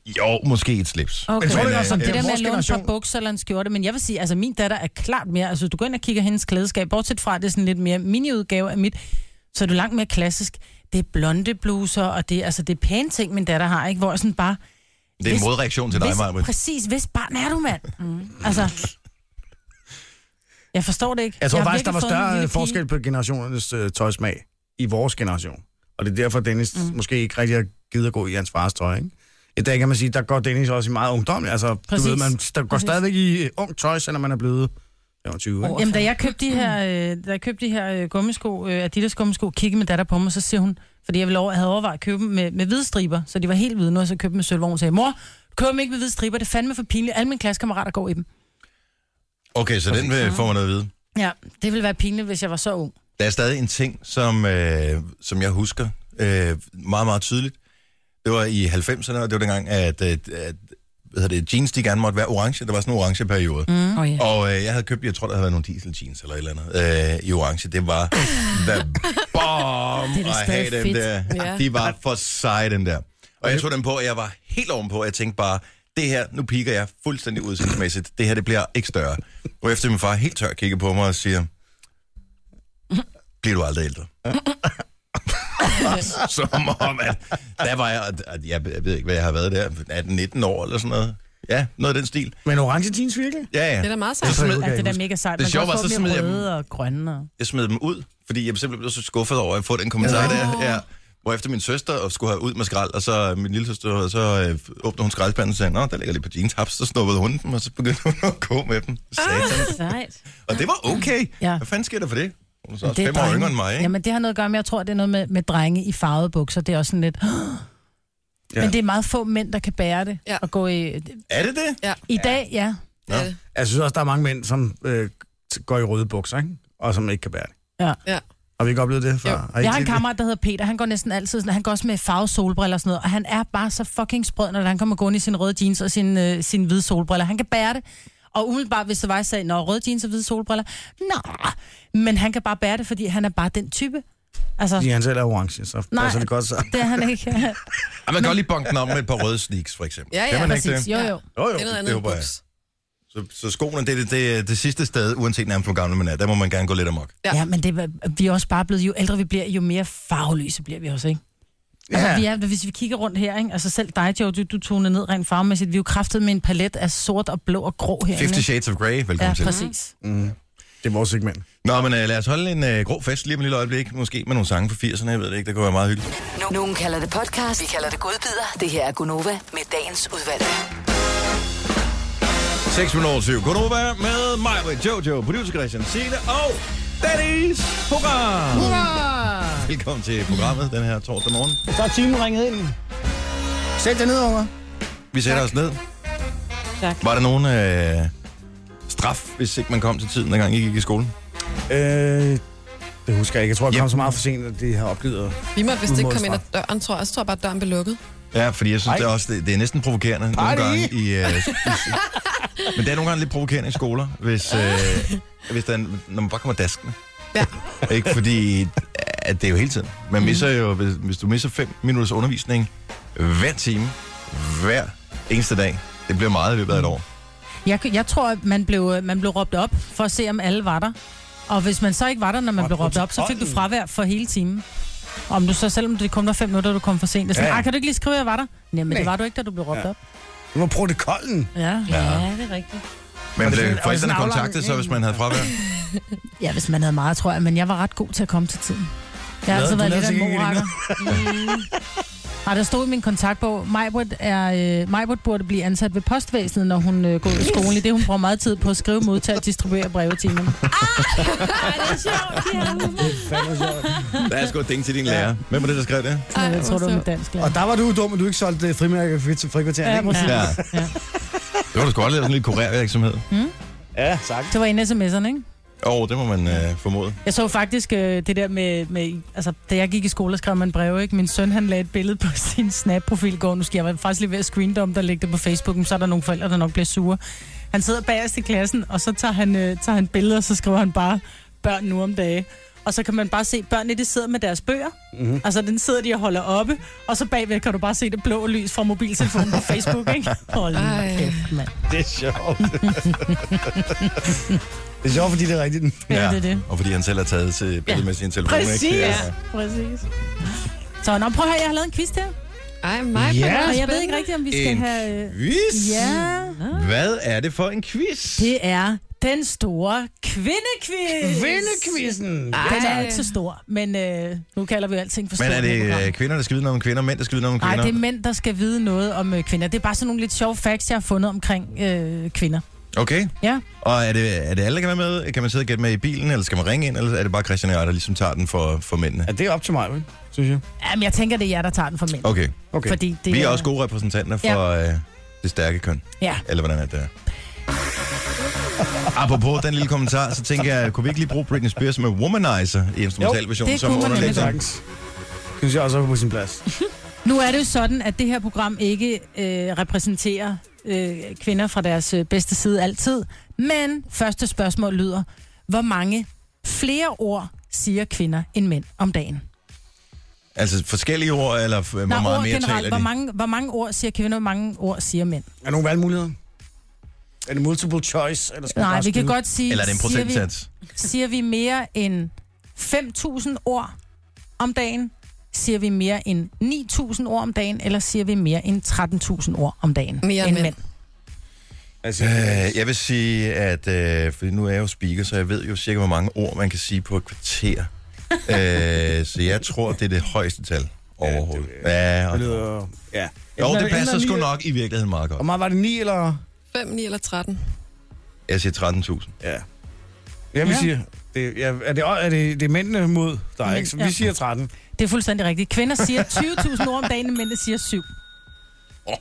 øh, jo, måske et slips. Okay. Jeg tror, Men, det er øh, sådan, Det der med at låne vores et par generation. bukser eller en skjorte, men jeg vil sige, altså min datter er klart mere, altså du går ind og kigger hendes klædeskab, bortset fra, at det er sådan lidt mere miniudgave af mit, så er du langt mere klassisk. Det er blonde bluser, og det, er- altså, det er pæne ting, min datter har, ikke? hvor jeg sådan bare, Det er en Hvis- modreaktion til dig, hvis, Maja. Præcis, hvis barn er du, mand. Mm. Altså, jeg forstår det ikke. Jeg tror har faktisk, der var virkelig fået en lille større pige. forskel på generationernes øh, tøjsmag i vores generation. Og det er derfor, Dennis mm. måske ikke rigtig har givet at gå i hans fars tøj, ikke? I dag kan man sige, der går Dennis også i meget ungdom. Altså, Præcis. Præcis. du ved, man der går Præcis. stadigvæk i øh, ungt tøj, selvom man er blevet 25, ikke? Over Jamen, da jeg købte de her, øh, da jeg købte de her øh, gummisko, øh, Adidas gummisko, kiggede min datter på mig, så siger hun, fordi jeg ville over, havde overvejet at købe dem med, med hvide striber, så de var helt hvide nu, og så købte dem med sølvvogn, og sagde, mor, køb dem ikke med hvide striber, det er fandme for pinligt, alle mine klassekammerater går i dem. Okay, så den øh, får man noget at vide. Ja, det ville være pinligt, hvis jeg var så ung. Der er stadig en ting, som, øh, som jeg husker øh, meget, meget tydeligt. Det var i 90'erne, og det var dengang, at, øh, at hvad hedder det, jeans de gerne måtte være orange. Der var sådan en orange periode. Mm. Mm. Oh, ja. Og øh, jeg havde købt, jeg tror, der havde været nogle diesel jeans eller et eller andet øh, i orange. Det var the bomb Det er da at have stadig dem fedt. der. Ja. De var for seje, den der. Og jeg tog dem på, og jeg var helt ovenpå, og jeg tænkte bare, det her, nu piker jeg fuldstændig udsigtsmæssigt. Det her, det bliver ikke større. Og efter min far helt tør kigger på mig og siger, bliver du aldrig ældre. Som om, at der var jeg, at jeg, jeg ved ikke, hvad jeg har været der, 18-19 år eller sådan noget. Ja, noget af den stil. Men orange jeans, virkelig? Ja, ja. Det er da meget Jeg sejt. smed, Ja, Altså, det er da mega sejt. Det Man kan sjove også var, få så dem i smed jeg dem- røde og grønne. Og... jeg smed dem ud, fordi jeg simpelthen blev så skuffet over at få den kommentar der. Ja. Hvor efter min søster og skulle have ud med skrald, og så min lille søster, så øh, åbnede hun skraldespanden og sagde, Nå, der ligger lige på jeans haps, så snuppede hun dem, og så begyndte hun at gå med dem. Satan. Sejt. Og det var okay. Ah. Ja. Hvad fanden sker der for det? Hun er så Men også det er fem år drenge. yngre end mig, ikke? Jamen, det har noget at gøre med, jeg tror, det er noget med, med drenge i farvede bukser. Det er også sådan lidt... Ja. Men det er meget få mænd, der kan bære det Ja. ja. og gå i... Er det det? I dag, ja. Det er det. Jeg synes også, der er mange mænd, som øh, t- går i røde bukser, ikke? Og som ikke kan bære det. Ja. Ja. Har vi ikke oplevet det før? Jo. I Jeg har en set det? kammerat, der hedder Peter. Han går næsten altid sådan, han går også med farve solbriller og sådan noget. Og han er bare så fucking sprød, når han kommer gående i sin røde jeans og sin, øh, sin hvide solbriller. Han kan bære det. Og umiddelbart, hvis det var, jeg sagde, nå, røde jeans og hvide solbriller. Nå, men han kan bare bære det, fordi han er bare den type. Altså, Fordi ja. han selv er orange, så Nej. passer det godt sammen. det er han ikke. Ja, man kan godt lige bonke den om med et par røde sneaks, for eksempel. Ja, ja, kan man Præcis. ikke det? Jo, jo. Jo, jo. Det er noget det andet end håber jeg. buks. Så, så skoene, det er det, det, er det sidste sted, uanset nærmest hvor gammel man er. Der må man gerne gå lidt amok. Ja. Ja, men det, er- vi er også bare blevet, jo ældre vi bliver, jo mere farveløse bliver vi også, ikke? Altså, Ja. vi er, hvis vi kigger rundt her, ikke? altså selv dig, Jojo, du tonede ned rent farvemæssigt. Vi er jo kraftet med en palet af sort og blå og grå herinde. 50 ikke? Shades of Grey, velkommen Ja, til. præcis. Det er vores segment. Nå, men øh, lad os holde en øh, grå fest lige om et lille øjeblik. Måske med nogle sange fra 80'erne, jeg ved det ikke. Det kunne være meget hyggeligt. Nu- Nogen kalder det podcast, vi kalder det godbider. Det her er Gunova med dagens udvalgte. 6 minutter 7. Godnova med mig, med Jojo, producer Christian Signe og Dennis. Hurra! Hurra! Velkommen til programmet den her torsdag morgen. Så er timen ringet ind. Sæt dig ned, unger. Vi sætter tak. os ned. Tak. Var der nogen øh, straf, hvis ikke man kom til tiden, dengang I gik i skolen? Øh, det husker jeg ikke. Jeg tror, jeg kom Ja. så meget for sent, at de har opgivet. Vi måtte vist ikke komme ind ad Udmålsvar. døren, tror jeg. Jeg tror bare, at døren blev lukket. Ja, fordi jeg synes Ej. det er, også, det, det er næsten provokerende Party! nogle gange. I, øh, s- i, s- men det er nogle gange lidt provokerende i skoler, hvis, øh, hvis der, er en- når man bare kommer daskende. Ja. Ikke fordi, at det er jo hele tiden. Man Mm. misser jo, hvis, hvis du misser 5 minutters undervisning hver time, hver eneste dag. Det bliver meget i løbet af et Mm. år. Jeg, jeg tror, at man blev, man blev råbt op for at se, om alle var der. Og hvis man så ikke var der, når man Og blev råbt op, så fik du protokollen. fravær for hele timen. Om du så, selvom det kun var fem minutter, du kom for sent. Det er sådan, Ja. ja. kan du ikke lige skrive, at jeg var der? Nej, men det Nej. var du ikke, da du blev råbt Ja. op. Det var protokollen. Ja. Ja, det er rigtigt. Men Og det er blev sådan- og det er sådan forældrene en aflang- kontaktet så, hvis man havde fravær? ja, hvis man havde meget, tror jeg. Men jeg var ret god til at komme til tiden. Jeg har Hvad? altid Du været lavede lidt af en sikkert ikke morakker. Ej, der stod i min kontaktbog, Majbert, er, øh, Majbert burde blive ansat ved postvæsenet, når hun øh, går i skole. Det hun bruger meget tid på at skrive, modtage og distribuere breve til mig. Ej, det er sjovt, de her humor. Der er sgu et ding til din lærer. Hvem var det, der skrev det? Ej, Jeg tror, hvor det var sjovt. mit dansk. lærer. Og der var du dum, at du ikke solgte øh, frimærker til frikvarteren. Ja, ikke? præcis. Ja. Ja. Det var du sgu godt lave sådan en lille kurervirksomhed. ja sagt. Det var en af sms'erne, ikke? Åh, oh, det må man øh, formode. Jeg så faktisk øh, det der med, med, altså da jeg gik i skole, der skrev man breve, ikke? Min søn, han lagde et billede på sin Snap-profil i går. Nu skal jeg være faktisk lige ved at screendom, der ligger det på Facebook, men så er der nogle forældre, der nok bliver sure. Han sidder bagerst i klassen, og så tager han, øh, tager han billeder, og så skriver han bare, børn nu om dage. Og så kan man bare se, børnene de sidder med deres bøger. Mm-hmm. Altså, den sidder de og holder oppe. Og så bagved kan du bare se det blå lys fra mobiltelefonen på Facebook, ikke? Hold nu Ej. kæft, mand. Det er sjovt. det er sjovt, fordi det er rigtigt. Ja, det er det. Og fordi han selv har taget til billedet ja. Ja. med sin telefon. Præcis. Ikke? Ja. Ja. Præcis. Så nå, prøv at høre, jeg har lavet en quiz der. Ej, mig. Ja. hvor Og jeg ved spændende. ikke rigtigt, om vi skal En have... øh, Quiz? Ja, Hvad er det for en quiz? det er den store kvindequiz. Vindekvisten! Den er Ej. ikke så stor, men øh, nu kalder vi jo alting for Men store er i det programmet. øh, kvinder, der skal vide noget om kvinder, mænd, der skal vide noget om Nej, kvinder? det er mænd, der skal vide noget om øh, kvinder. Det er bare sådan nogle lidt sjove facts, jeg har fundet omkring øh, kvinder. Okay. Ja. Og er det, er det alle, der kan være med? Kan man sidde og gætte med i bilen, eller skal man ringe ind, eller er det bare Christian og jeg, der ligesom tager den for, for mændene? Ja, det er op til mig, synes jeg. Jamen, jeg tænker, det er jer, der tager den for mænd. Okay. okay. Fordi det Vi er også gode repræsentanter for ja. øh, det stærke køn. Ja. Eller hvordan er det er. Apropos den lille kommentar, så tænker jeg, kunne vi ikke lige bruge Britney Spears med Womanizer i instrumentalversion? det kunne man nemlig godt. Synes jeg også er på sin plads. Nu er det jo sådan, at det her program ikke øh, repræsenterer øh, kvinder fra deres øh, bedste side altid. Men første spørgsmål lyder, hvor mange flere ord siger kvinder end mænd om dagen? Altså forskellige ord, eller f- hvor meget ord mere generelt. taler Hvor de? mange, hvor mange ord siger kvinder, hvor mange ord siger mænd? Er der nogle valgmuligheder? Er det multiple choice? Eller skal Nej, bare vi kan skyde? godt sige... Eller er det en siger vi- procentsats? Siger vi mere end 5.000 ord om dagen? Siger vi mere end 9.000 ord om dagen? Eller siger vi mere end 13.000 ord om dagen? Mere end mænd. Altså, Øh, jeg vil sige, at øh, fordi nu er jeg jo speaker, så jeg ved jo cirka, hvor mange ord man kan sige på et kvarter. øh, så jeg tror, det er det højeste tal overhovedet. Ja, det og... lyder... Ja. Jo, det Enten- passer enten sgu ni- nok i virkeligheden meget godt. Hvor meget var det? 9 eller... 5, 9 eller 13. Jeg siger 13.000. Ja. Jeg vil Ja. ja. sige... Det, ja, er det, er det, det er mændene mod dig, ikke? Så vi Ja. siger 13. Det er fuldstændig rigtigt. Kvinder siger 20.000 ord om dagen, men mændene siger 7. Åh,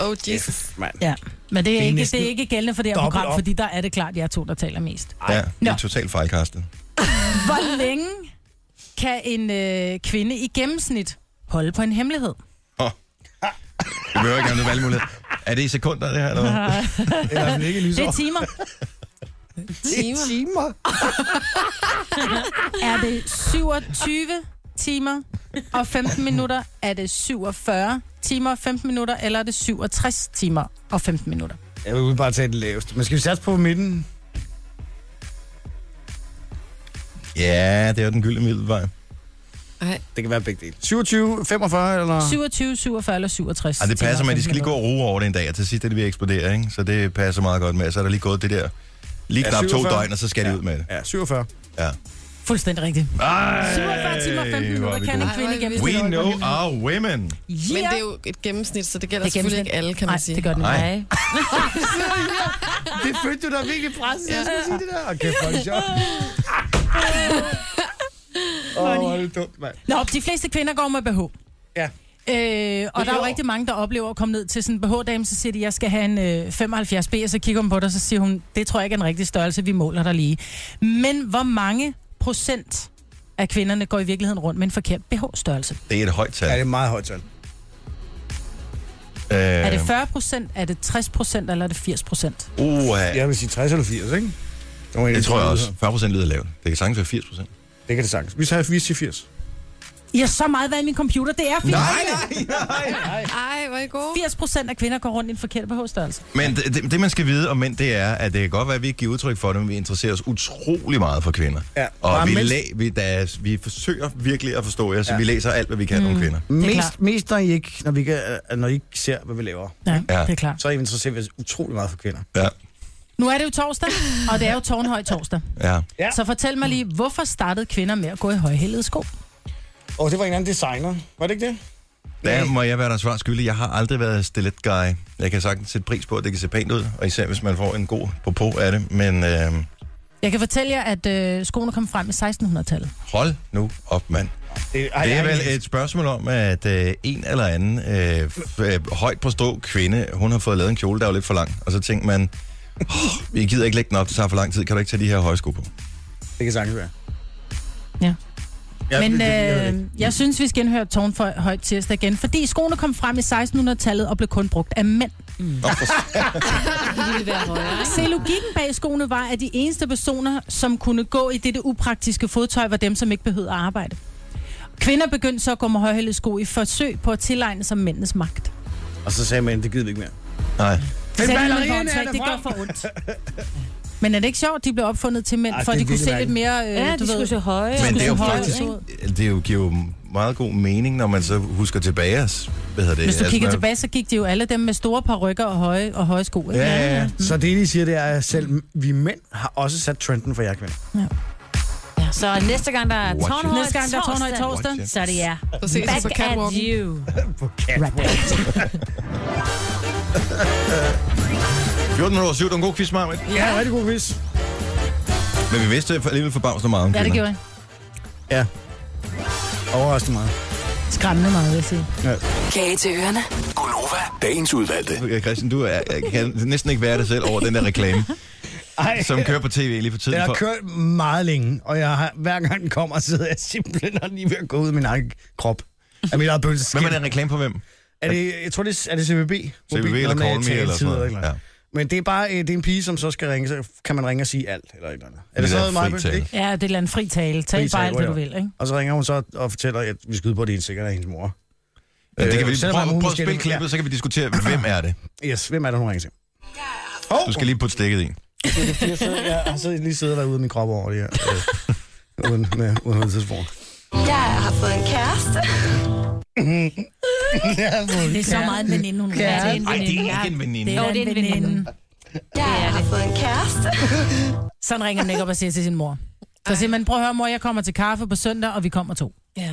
Oh, Jesus. mand. Ja. Men det er, det Det er er ikke, næsten det er ikke gældende for det her dobbelt program, op. fordi der er det klart, jeg er to, der taler mest. Ja, det er Nå. totalt fejlkastet. Hvor længe kan en øh, kvinde i gennemsnit holde på en hemmelighed? Vi behøver ikke have noget valgmulighed. Er det i sekunder, det her? Eller? hvad? Eller er det ikke lige Det er så? timer. Timer. timer. Er det 27 timer og 15 minutter? Er det 47 timer og 15 minutter? Eller er det 67 timer og 15 minutter? Jeg vil bare tage det laveste. Men skal vi satse på midten? Ja, det er jo den gyldne middelvej. Nej, Det kan være begge dele. 27, 45 eller... 27, 47 eller 67 Ej, det timer passer og med, at de skal 15 lige gå minutter. og roe over det en dag, og til sidst er det ved at eksplodere, ikke? Så det passer meget godt med. Så er der lige gået det der, lige Ja, knap to 47. døgn, og så skal de ud med det. Ja, 47. Ja. Fuldstændig rigtigt. Ej, 47 timer og 15 hvor er minutter vi kan en gode. gode. kvinde i gennemsnit We holde på en know hemmelighed. our women. Yeah. men det er jo et gennemsnit, så det gælder Det er selvfølgelig ikke alle, kan man Nej, sige. det gør den Nej. ikke. Nej. Det følte du dig virkelig presset, ja. jeg skulle sige det der. Okay, for det sjovt. Åh, oh, hvor er det dumt, mand. Nå, de fleste kvinder går med BH. Ja. Øh, og der er jo rigtig mange, der oplever at komme ned til sådan en BH-dame, så siger de, jeg skal have en øh, 75B, og så kigger hun på dig, og så siger hun, det tror jeg ikke er en rigtig størrelse, vi måler dig lige. Men hvor mange procent af kvinderne går i virkeligheden rundt med en forkert BH-størrelse? Det er et højt tal. Ja, det er meget højt tal. Øh, Er det 40 procent, er det 60 procent, eller er det 80 procent? Uha, Jeg vil sige 60 eller 80, ikke? var en af det de tror jeg to også. nyheder. 40 procent lyder lavt. Det kan sagtens være 80 procent. Det kan det sagtens. Vi tager 80 til 80. I har så meget været i min computer, det er 80 Ej, hvor er I gode. 80 procent af kvinder går rundt i en forkert BH-størrelse. Men det, det, det, man skal vide om mænd, det er, at det kan godt være, at vi ikke giver udtryk for det, men vi interesserer os utrolig meget for kvinder. Ja. Og Bare vi, mens- læ, vi, da, vi forsøger virkelig at forstå jer, så Ja. vi læser alt, hvad vi kan mm. om kvinder. er Mest, klart. mest når, I ikke, når, vi ikke, er- når I ikke ser, hvad vi laver, Ja, Ja. ja. det er klart. så er I interesseret ved utrolig meget for kvinder. Ja, Nu er det jo torsdag, og det er jo tårnhøj torsdag. ja. Ja. Så fortæl mig lige, hvorfor startede kvinder med at gå i højhældede sko? Og det var en eller anden designer. Var det ikke det? Der må jeg være der svar skyldig. Jeg har aldrig været stilet guy. Jeg kan sagtens sætte pris på, at det kan se pænt ud, og især hvis man får en god på af det. Men øh, Jeg kan fortælle jer, at øh, skoene kom frem i 1600-tallet. hold nu op, mand. Det, ej, Det er ej, vel et spørgsmål om, at øh, en eller anden øh, f- øh, højt på stå kvinde, hun har fået lavet en kjole, der er jo lidt for lang. Og så tænkte man, oh, vi gider ikke lægge den op, det tager for lang tid. Kan du ikke tage de her højsko på? Det kan sagtens være. Ja. Ja, Men det- det- jeg ved det ikke. øh, jeg synes, vi skal indhøre tårn for højt tirsdag igen, fordi skoene kom frem i 1600-tallet og blev kun brugt af mænd. Det vil være højere. ikke? Se, logikken bag skoene var, at de eneste personer, som kunne gå i dette upraktiske fodtøj, var dem, som ikke behøvede at arbejde. Kvinder begyndte så at gå med højhældede sko i forsøg på at tilegne sig mændenes magt. Og så sagde man, det gider vi ikke mere. Nej. Men ballerierne er det gør derfra. for ondt. Men er det ikke sjovt, de blev opfundet til mænd, Ej, for at det de er kunne se virkelig lidt mere... Øh, Ja, du de skulle ved, se høje. Men det er jo Skulle se faktisk, højt ud, det er jo, giver jo meget god mening, når man så husker tilbage os. Hvad hedder det? Hvis du kigger altså, man- tilbage, så gik de jo alle dem med store parrykker og høje, og høje sko. Ikke? Ja, ja, ja. Så det, I siger, det er, at selv vi mænd har også sat trenden for jer kvinder. Ja, så næste gang, der er Watch it. tårnhøj Næste gang, der er tårnhøj torsdag, Watch it. ligesom så er det jer. Så ses vi Back på at catwalken. you. Right back. 14 minutter over 7, det var en god quiz, Marvind. Ja, rigtig god quiz. Men vi vidste alligevel forbavsende meget om Ja, det kvinder. gjorde jeg. Ja. Overraskende meget. Skræmmende meget, vil jeg sige. Ja. Kage til ørerne. Gonova, dagens udvalgte. Øh, Christian, du er, kan næsten ikke være dig selv over den der reklame, Ej, som kører på tv lige for tiden. den har For, kørt meget længe, og jeg har, hver gang den kommer, sidder jeg simpelthen og lige ved at gå ud af min egen krop. Af mit eget hvem bølseskin. er den reklame på hvem? Er det, jeg tror, det er, er det CVB? CVB Mobil- eller med Call Me taletid eller sådan noget. eller noget. Ja. Men det er bare øh, det er en pige, som så skal ringe, så kan man ringe og sige alt eller et eller andet. Er det, Det sådan er noget, Maja? fri tale. Ikke? Ja, det er et eller andet fri tale. Tal Fri bare tale, alt, hvad du ja. vil, ikke? Og så ringer hun så og fortæller, at vi skal ud på, at det er sikkert af hendes mor. Ja, det kan vi Øh, lige selvom prøve, hun prøve at måske- spille klippet, så kan vi diskutere, hvem er det? Yes, hvem er det, hun ringer til? Åh, Du skal lige putte stikket i. jeg, sidder, jeg har siddet- lige siddet derude af min krop over det her. Øh, uden, med, uden hovedtidspunkt. Jeg har fået en kæreste. Det er så meget en veninde, hun Ja. er. Nej, det er ikke en veninde. Jo, det er en veninde. Jeg har fået en kæreste. Sådan ringer den ikke op og siger til sin mor. Så siger man, prøv at høre, mor, jeg kommer til kaffe på søndag, og vi kommer to. øh, Ja.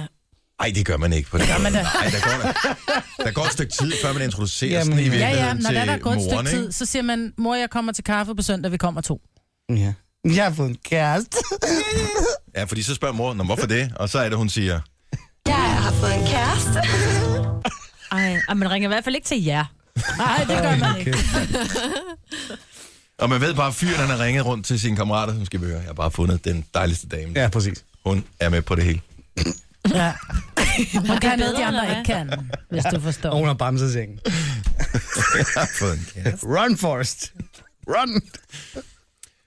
Nej, det gør man ikke på den Gør man da. Ej, der, går, der, der går et stykke tid, før man introducerer Jamen, Jamen, sådan i ja. Ja, ja, virkeligheden når til der er gået et moren, stykke ikke? tid, så siger man, mor, jeg kommer til kaffe på søndag, vi kommer to. Ja. Jeg har fået en kæreste. Ja, fordi så spørger mor, "Nå, hvorfor det? Og så er det, hun siger, Jeg har fået en kæreste. Ej, og man ringer i hvert fald ikke til jer. Nej, det gør man ikke. og man ved bare, at fyren han har ringet rundt til sine kammerater, som skal høre, jeg har bare fundet den dejligste dame. Ja, præcis. Hun er med på det hele. Ja. Hun kan noget, de bedre, andre eller ikke kan, hvis du forstår. Og hun har bremset sengen. Jeg har fået en kæreste. Run, Forrest. Run.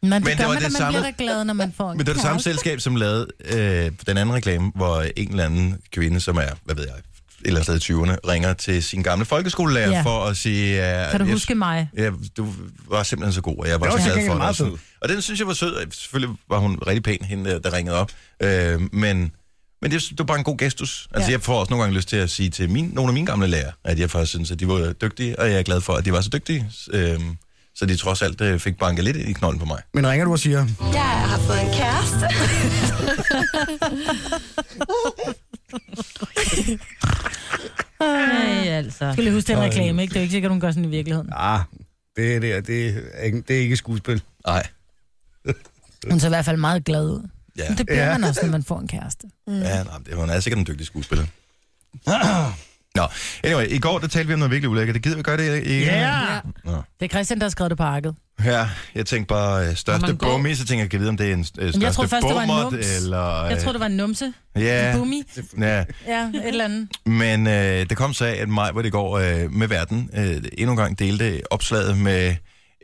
Men det det gør var man, det at man samme- bliver da glad, når man får en Men det var det samme selskab, som lavede øh, den anden reklame, hvor en eller anden kvinde, som er, hvad ved jeg, et eller andet sted i 20'erne, ringer til sin gamle folkeskolelærer ja. Ja. for at sige... Øh, Kan du jeg- huske mig? Ja, du var simpelthen så god, og jeg var Det var så til glad gengæld for meget dig. sød. Sød. Og den synes jeg var sød. og Selvfølgelig var hun rigtig pæn, hende der, der ringede op. Øh, men men det, det var bare en god gestus. Altså, ja. jeg får også nogle gange lyst til at sige til min, nogle af mine gamle lærere, at jeg faktisk synes, at de var dygtige, og jeg er glad for, at de var så dygtige. Øh, så de trods alt øh, fik banket lidt ind i knolden på mig. Men ringer du og siger, Jeg har fået en kæreste. Ej, altså. Jeg skal lige huske den reklame, ikke? Det er jo ikke sikkert, hun gør sådan i virkeligheden. ah, det, det, det, er, ikke, det er ikke skuespil. Nej. Hun ser i hvert fald meget glad ud. Ja, Men det bliver Ja. man også, når man får en kæreste. Mm. ja nej, det- hun er sikkert en dygtig skuespiller. Nå, anyway, i går der talte vi om noget virkelig ulækkert. Det gider vi gøre det i... Ja! Nå. Det er Christian, der har skrevet det på arket. Ja, jeg tænkte bare øh, største man går. bummi, så tænker jeg, kan vide, om det er en øh, største jeg troede først, det var en bummert, nums. eller... øh, Jeg tror, det var en numse. Ja, En bumi. ja. Ja, et eller andet. men øh, det kom så af, at mig, hvor det går øh, med verden, øh, endnu en gang delte opslaget med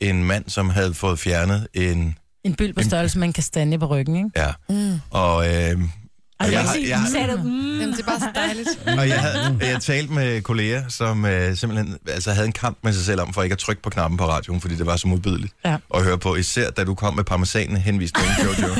en mand, som havde fået fjernet en... En byld på størrelse med en kastanje på ryggen, ikke? Altså, Ja, mm. og... Øh, og jeg, har- jeg, Sagde du, mm, Jamen, det er bare så dejligt. og jeg, havde, jeg talte med kolleger, som øh, simpelthen altså, havde en kamp med sig selv om, for ikke at trykke på knappen på radioen, fordi det var så modbydeligt Ja. at høre på. Især da du kom med parmesanen henviste til Jojo.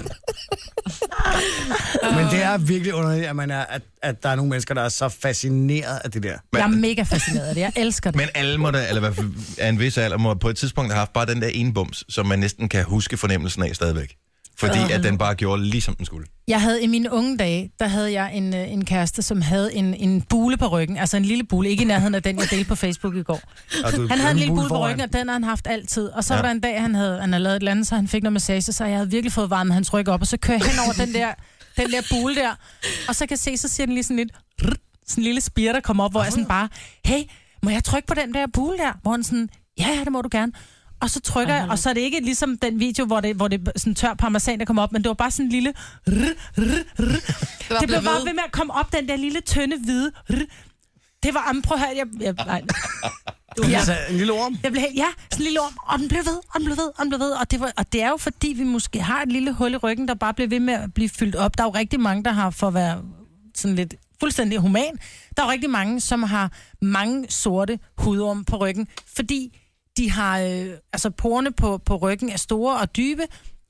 Men det er virkelig underligt, at, man er, at, at der er nogle mennesker, der er så fascineret af det der. Jeg er mega fascineret af det. Jeg elsker det. Men alle må da, eller i hvert fald af en vis alder, må på et tidspunkt have haft bare den der ene bums, som man næsten kan huske fornemmelsen af stadigvæk. Fordi at den bare gjorde lige som den skulle. Jeg havde i mine unge dage, der havde jeg en, øh, en kæreste, som havde en, en bule på ryggen. Altså en lille bule. Ikke i nærheden af den, jeg delte på Facebook i går. Og du, Han havde en lille bule på foran. ryggen, og den har han haft altid. Og så Ja. ja. var der en dag, han havde, han havde lavet et eller andet, så han fik noget massage, så jeg havde virkelig fået varmet hans ryg op. Og så kører jeg hen over den der, den der bule der, og så kan jeg se, så siger den lige sådan lidt, rrrt, sådan en lille spire, der kommer op, hvor jeg sådan bare, hey, må jeg trykke på den der bule der? Hvor han sådan, ja, ja, det må du gerne. Og så trykker jeg, og så er det ikke ligesom den video, hvor det, hvor det er sådan tør parmesan, der kommer op, men det var bare sådan en lille... Rrr, rrr, rrr. Det Det var blev blevet bare ved. ved med at komme op, den der lille, tynde, hvide... Rrr. Det var... Jamen, prøv at høre, jeg, jeg, nej. ligesom Ja. Altså, en lille orm. Jeg blev helt, ja, sådan en lille orm, og den blev ved, og den blev ved, og den blev ved. Og det, var, og det er jo fordi, vi måske har et lille hul i ryggen, der bare bliver ved med at blive fyldt op. Der er jo rigtig mange, der har, for at være sådan lidt fuldstændig human, der er jo rigtig mange, som har mange sorte hudorm på ryggen, fordi de har, øh, altså porerne på, på ryggen er store og dybe,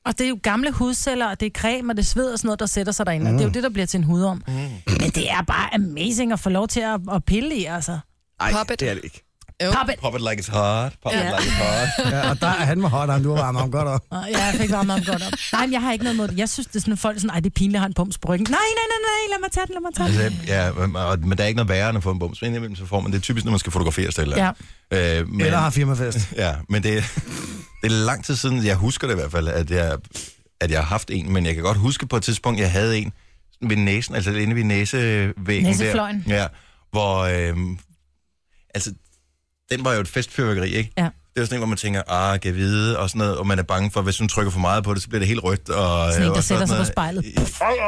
og det er jo gamle hudceller, og det er creme, og det er sved og sådan noget, der sætter sig derinde. Mm. Det er jo det, der bliver til en hudorm. Mm. Men det er bare amazing at få lov til at, at pille i, altså. Nej, Puppet. det er det ikke. Pop it. Pop it like it's hot. Pop it like it's hot. Ja, og der, han var hot, og du var varmet ham godt op. Nå, Ja, jeg fik varmet ham godt op. Nej, men jeg har ikke noget mod det. Jeg synes, det er sådan, at folk er sådan, ej, det er pinligt, at han pumps på ryggen. Nej, nej, nej, nej, lad mig tage den, lad mig tage den. Altså, ja, og- men der er ikke noget værre end at få en bums. Men indimellem så får man det er typisk, når man skal fotografere sig eller andet. Øh, men, Eller har firmafest. Ja, men det, det er lang tid siden, jeg husker det i hvert fald, at jeg, at jeg har haft en, men jeg kan godt huske på et tidspunkt, jeg havde en sådan ved næsen, altså inde ved næsevæggen Næsefløjen. der. Ja, hvor, øhm, altså, den var jo et festfyrværkeri, ikke? Ja. Det er jo sådan en, hvor man tænker, ah, kan jeg vide, og sådan noget, og man er bange for, hvis hun trykker for meget på det, så bliver det helt rødt. Og, Sådan en, og der sætter sig på noget. spejlet.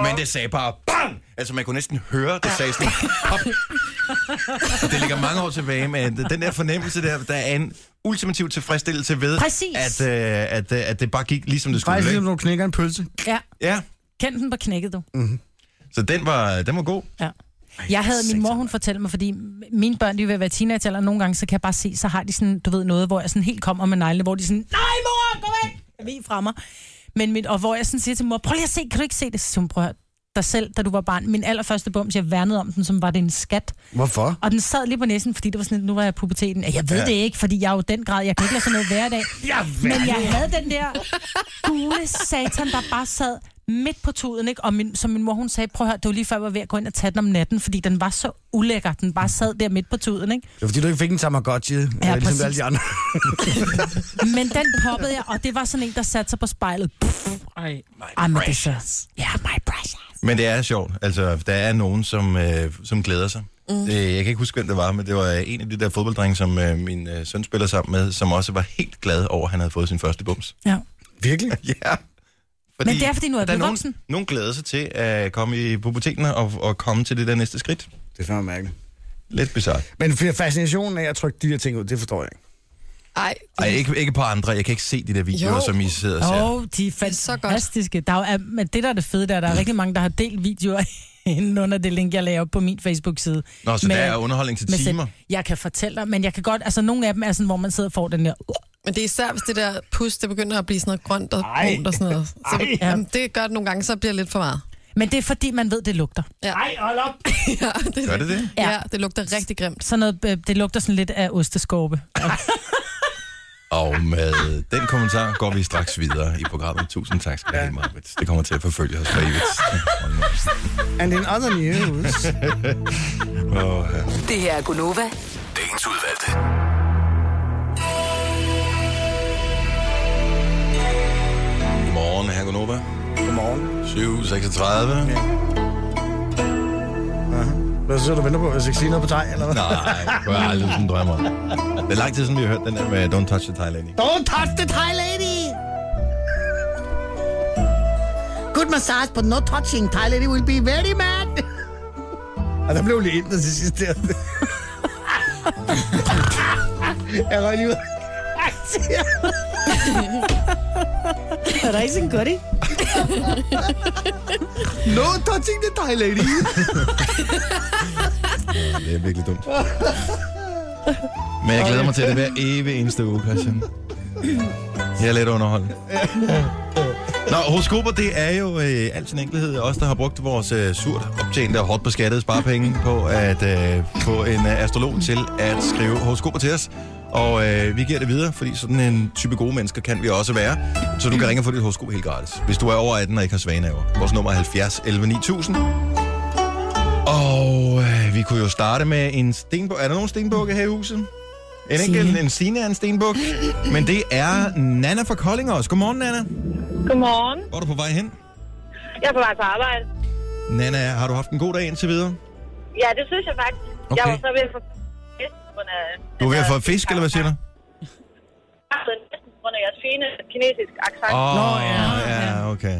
Men det sagde bare BANG! Altså, man kunne næsten høre, det sagde sådan pop. Og Det ligger mange år tilbage, men den der fornemmelse der, der er en ultimativ tilfredsstillelse ved, Præcis. at, øh, at, øh, at det bare gik ligesom det skulle. Faktisk ikke? ligesom, når du knækker en pølse. Ja. Ja, Kend den på knækket, du. så den var, den var god. Ja. Jeg havde, min mor, hun fortalte mig, fordi mine børn, de vil være teenager, og nogle gange, så kan jeg bare se, så har de sådan, du ved, noget, hvor jeg sådan helt kommer med neglene, hvor de sådan, nej mor, gå væk, jeg ved fra mig. Men mit, og hvor jeg sådan siger til mor, prøv lige at se, kan du ikke se det? Så siger hun, prøv at høre, dig selv, da du var barn. Min allerførste bums, jeg værnede om den, som var det en skat. Hvorfor? Og den sad lige på næsen, fordi det var sådan, lidt, nu var jeg i puberteten. Jeg ved Ja. ja. det ikke, fordi jeg er jo i den grad, jeg kan ikke lade sådan noget hver dag. Jeg Men jeg havde den der gule satan, der bare sad midt på tuden, ikke? Og min, som min mor, hun sagde, prøv at høre, det var lige før, jeg var ved at gå ind og tage den om natten, fordi den var så ulækker, den bare sad der midt på tuden, ikke? Det var fordi, du ikke fik en Tamagotchi, ja, ligesom præcis. alle de andre. Men den poppede jeg, og det var sådan en, der satte sig på spejlet. Pff, ej, ej, men det er så... Ja, my precious. Men det er sjovt. Altså, der er nogen, som, øh, som glæder sig. Mm. Øh, jeg kan ikke huske, hvem det var, men det var en af de der fodbolddrenge, som øh, min øh, søn spiller sammen med, som også var helt glad over, at han havde fået sin første bums. Ja. Virkelig? ja. Men det er, fordi nu er jeg der blevet nogen, voksen. nogen glæder sig til at komme i puberteten og, og komme til det der næste skridt. Det er fandme mærkeligt. Lidt bizarrt. Men f- fascinationen af at trykke de der ting ud, det forstår jeg ikke. Ej, Ej, ikke, ikke på andre. Jeg kan ikke se de der videoer, jo. som I sidder og ser. Åh, oh, de er fantastiske. Der er, jo- er, men det, der er det fede, der, er, der Mm. er rigtig mange, der har delt videoer inde under det link, jeg lagde op på min Facebook-side. Nå, så der er underholdning til med selv- timer. Jeg kan fortælle dig, men jeg kan godt... Altså, nogle af dem er sådan, hvor man sidder og får den der... Men det er især, hvis det der pus, det begynder at blive sådan noget grønt og Ej. brunt og sådan noget. Ej. Så, jamen, det gør det nogle gange, så bliver det lidt for meget. Men det er, fordi man ved, det lugter. Ja. Ej, hold op! ja, det, Gør det det? Ja, det lugter rigtig grimt. Sådan noget, øh, det lugter sådan lidt af osteskorpe. Og med den kommentar går vi straks videre i programmet. Tusind tak skal du have, Marvitt. Det kommer til at forfølge os for evigt. And in other news... Åh, ja. Det her er Gunova. Dagens udvalgte. Godmorgen, herre Gunova. Godmorgen. 7.36. Hvad sidder du og venter på? Jeg skal ikke sige noget på dig, eller hvad? Nej, det var aldrig sådan en drømmer. Det er lang tid siden, vi har hørt den der med Don't Touch the Thailand. Don't touch the Thai lady! Good massage, but no touching. Thai lady will be very mad. Og der blev lige ind til sidst der. jeg røg lige ud. Er der ikke sådan en goodie? No touching the Thai lady. Det er virkelig dumt. Men jeg glæder mig til det hver evig eneste uge, Christian. Jeg er lidt underholdt. Nå, horoskoper, det er jo øh, alt sin enkelhed os, der har brugt vores øh, surt optjente og hårdt beskattede sparepenge på at øh, få en øh, astrolog til at skrive horoskoper til os. Og øh, vi giver det videre, fordi sådan en type gode mennesker kan vi også være. Så du kan ringe og få dit horoskop helt gratis, hvis du er over 18 og ikke har svaneaver. Vores nummer er 70 11 9000. Og øh, vi kunne jo starte med en stenbuk. Er der nogen stenbukke her i huset? En enkelt, en Signe er en stenbuk. Men det er Nana fra Kolding også. Godmorgen, Nana. Godmorgen. Hvor er du på vej hen? Jeg er på vej på arbejde. Nana, har du haft en god dag indtil videre? Ja, det synes jeg faktisk. Okay. Jeg Okay. var så ved at få fisk på grund af, Du er ved at få fisk, eller hvad siger du? på grund af jeres fine kinesisk accent. ja, okay.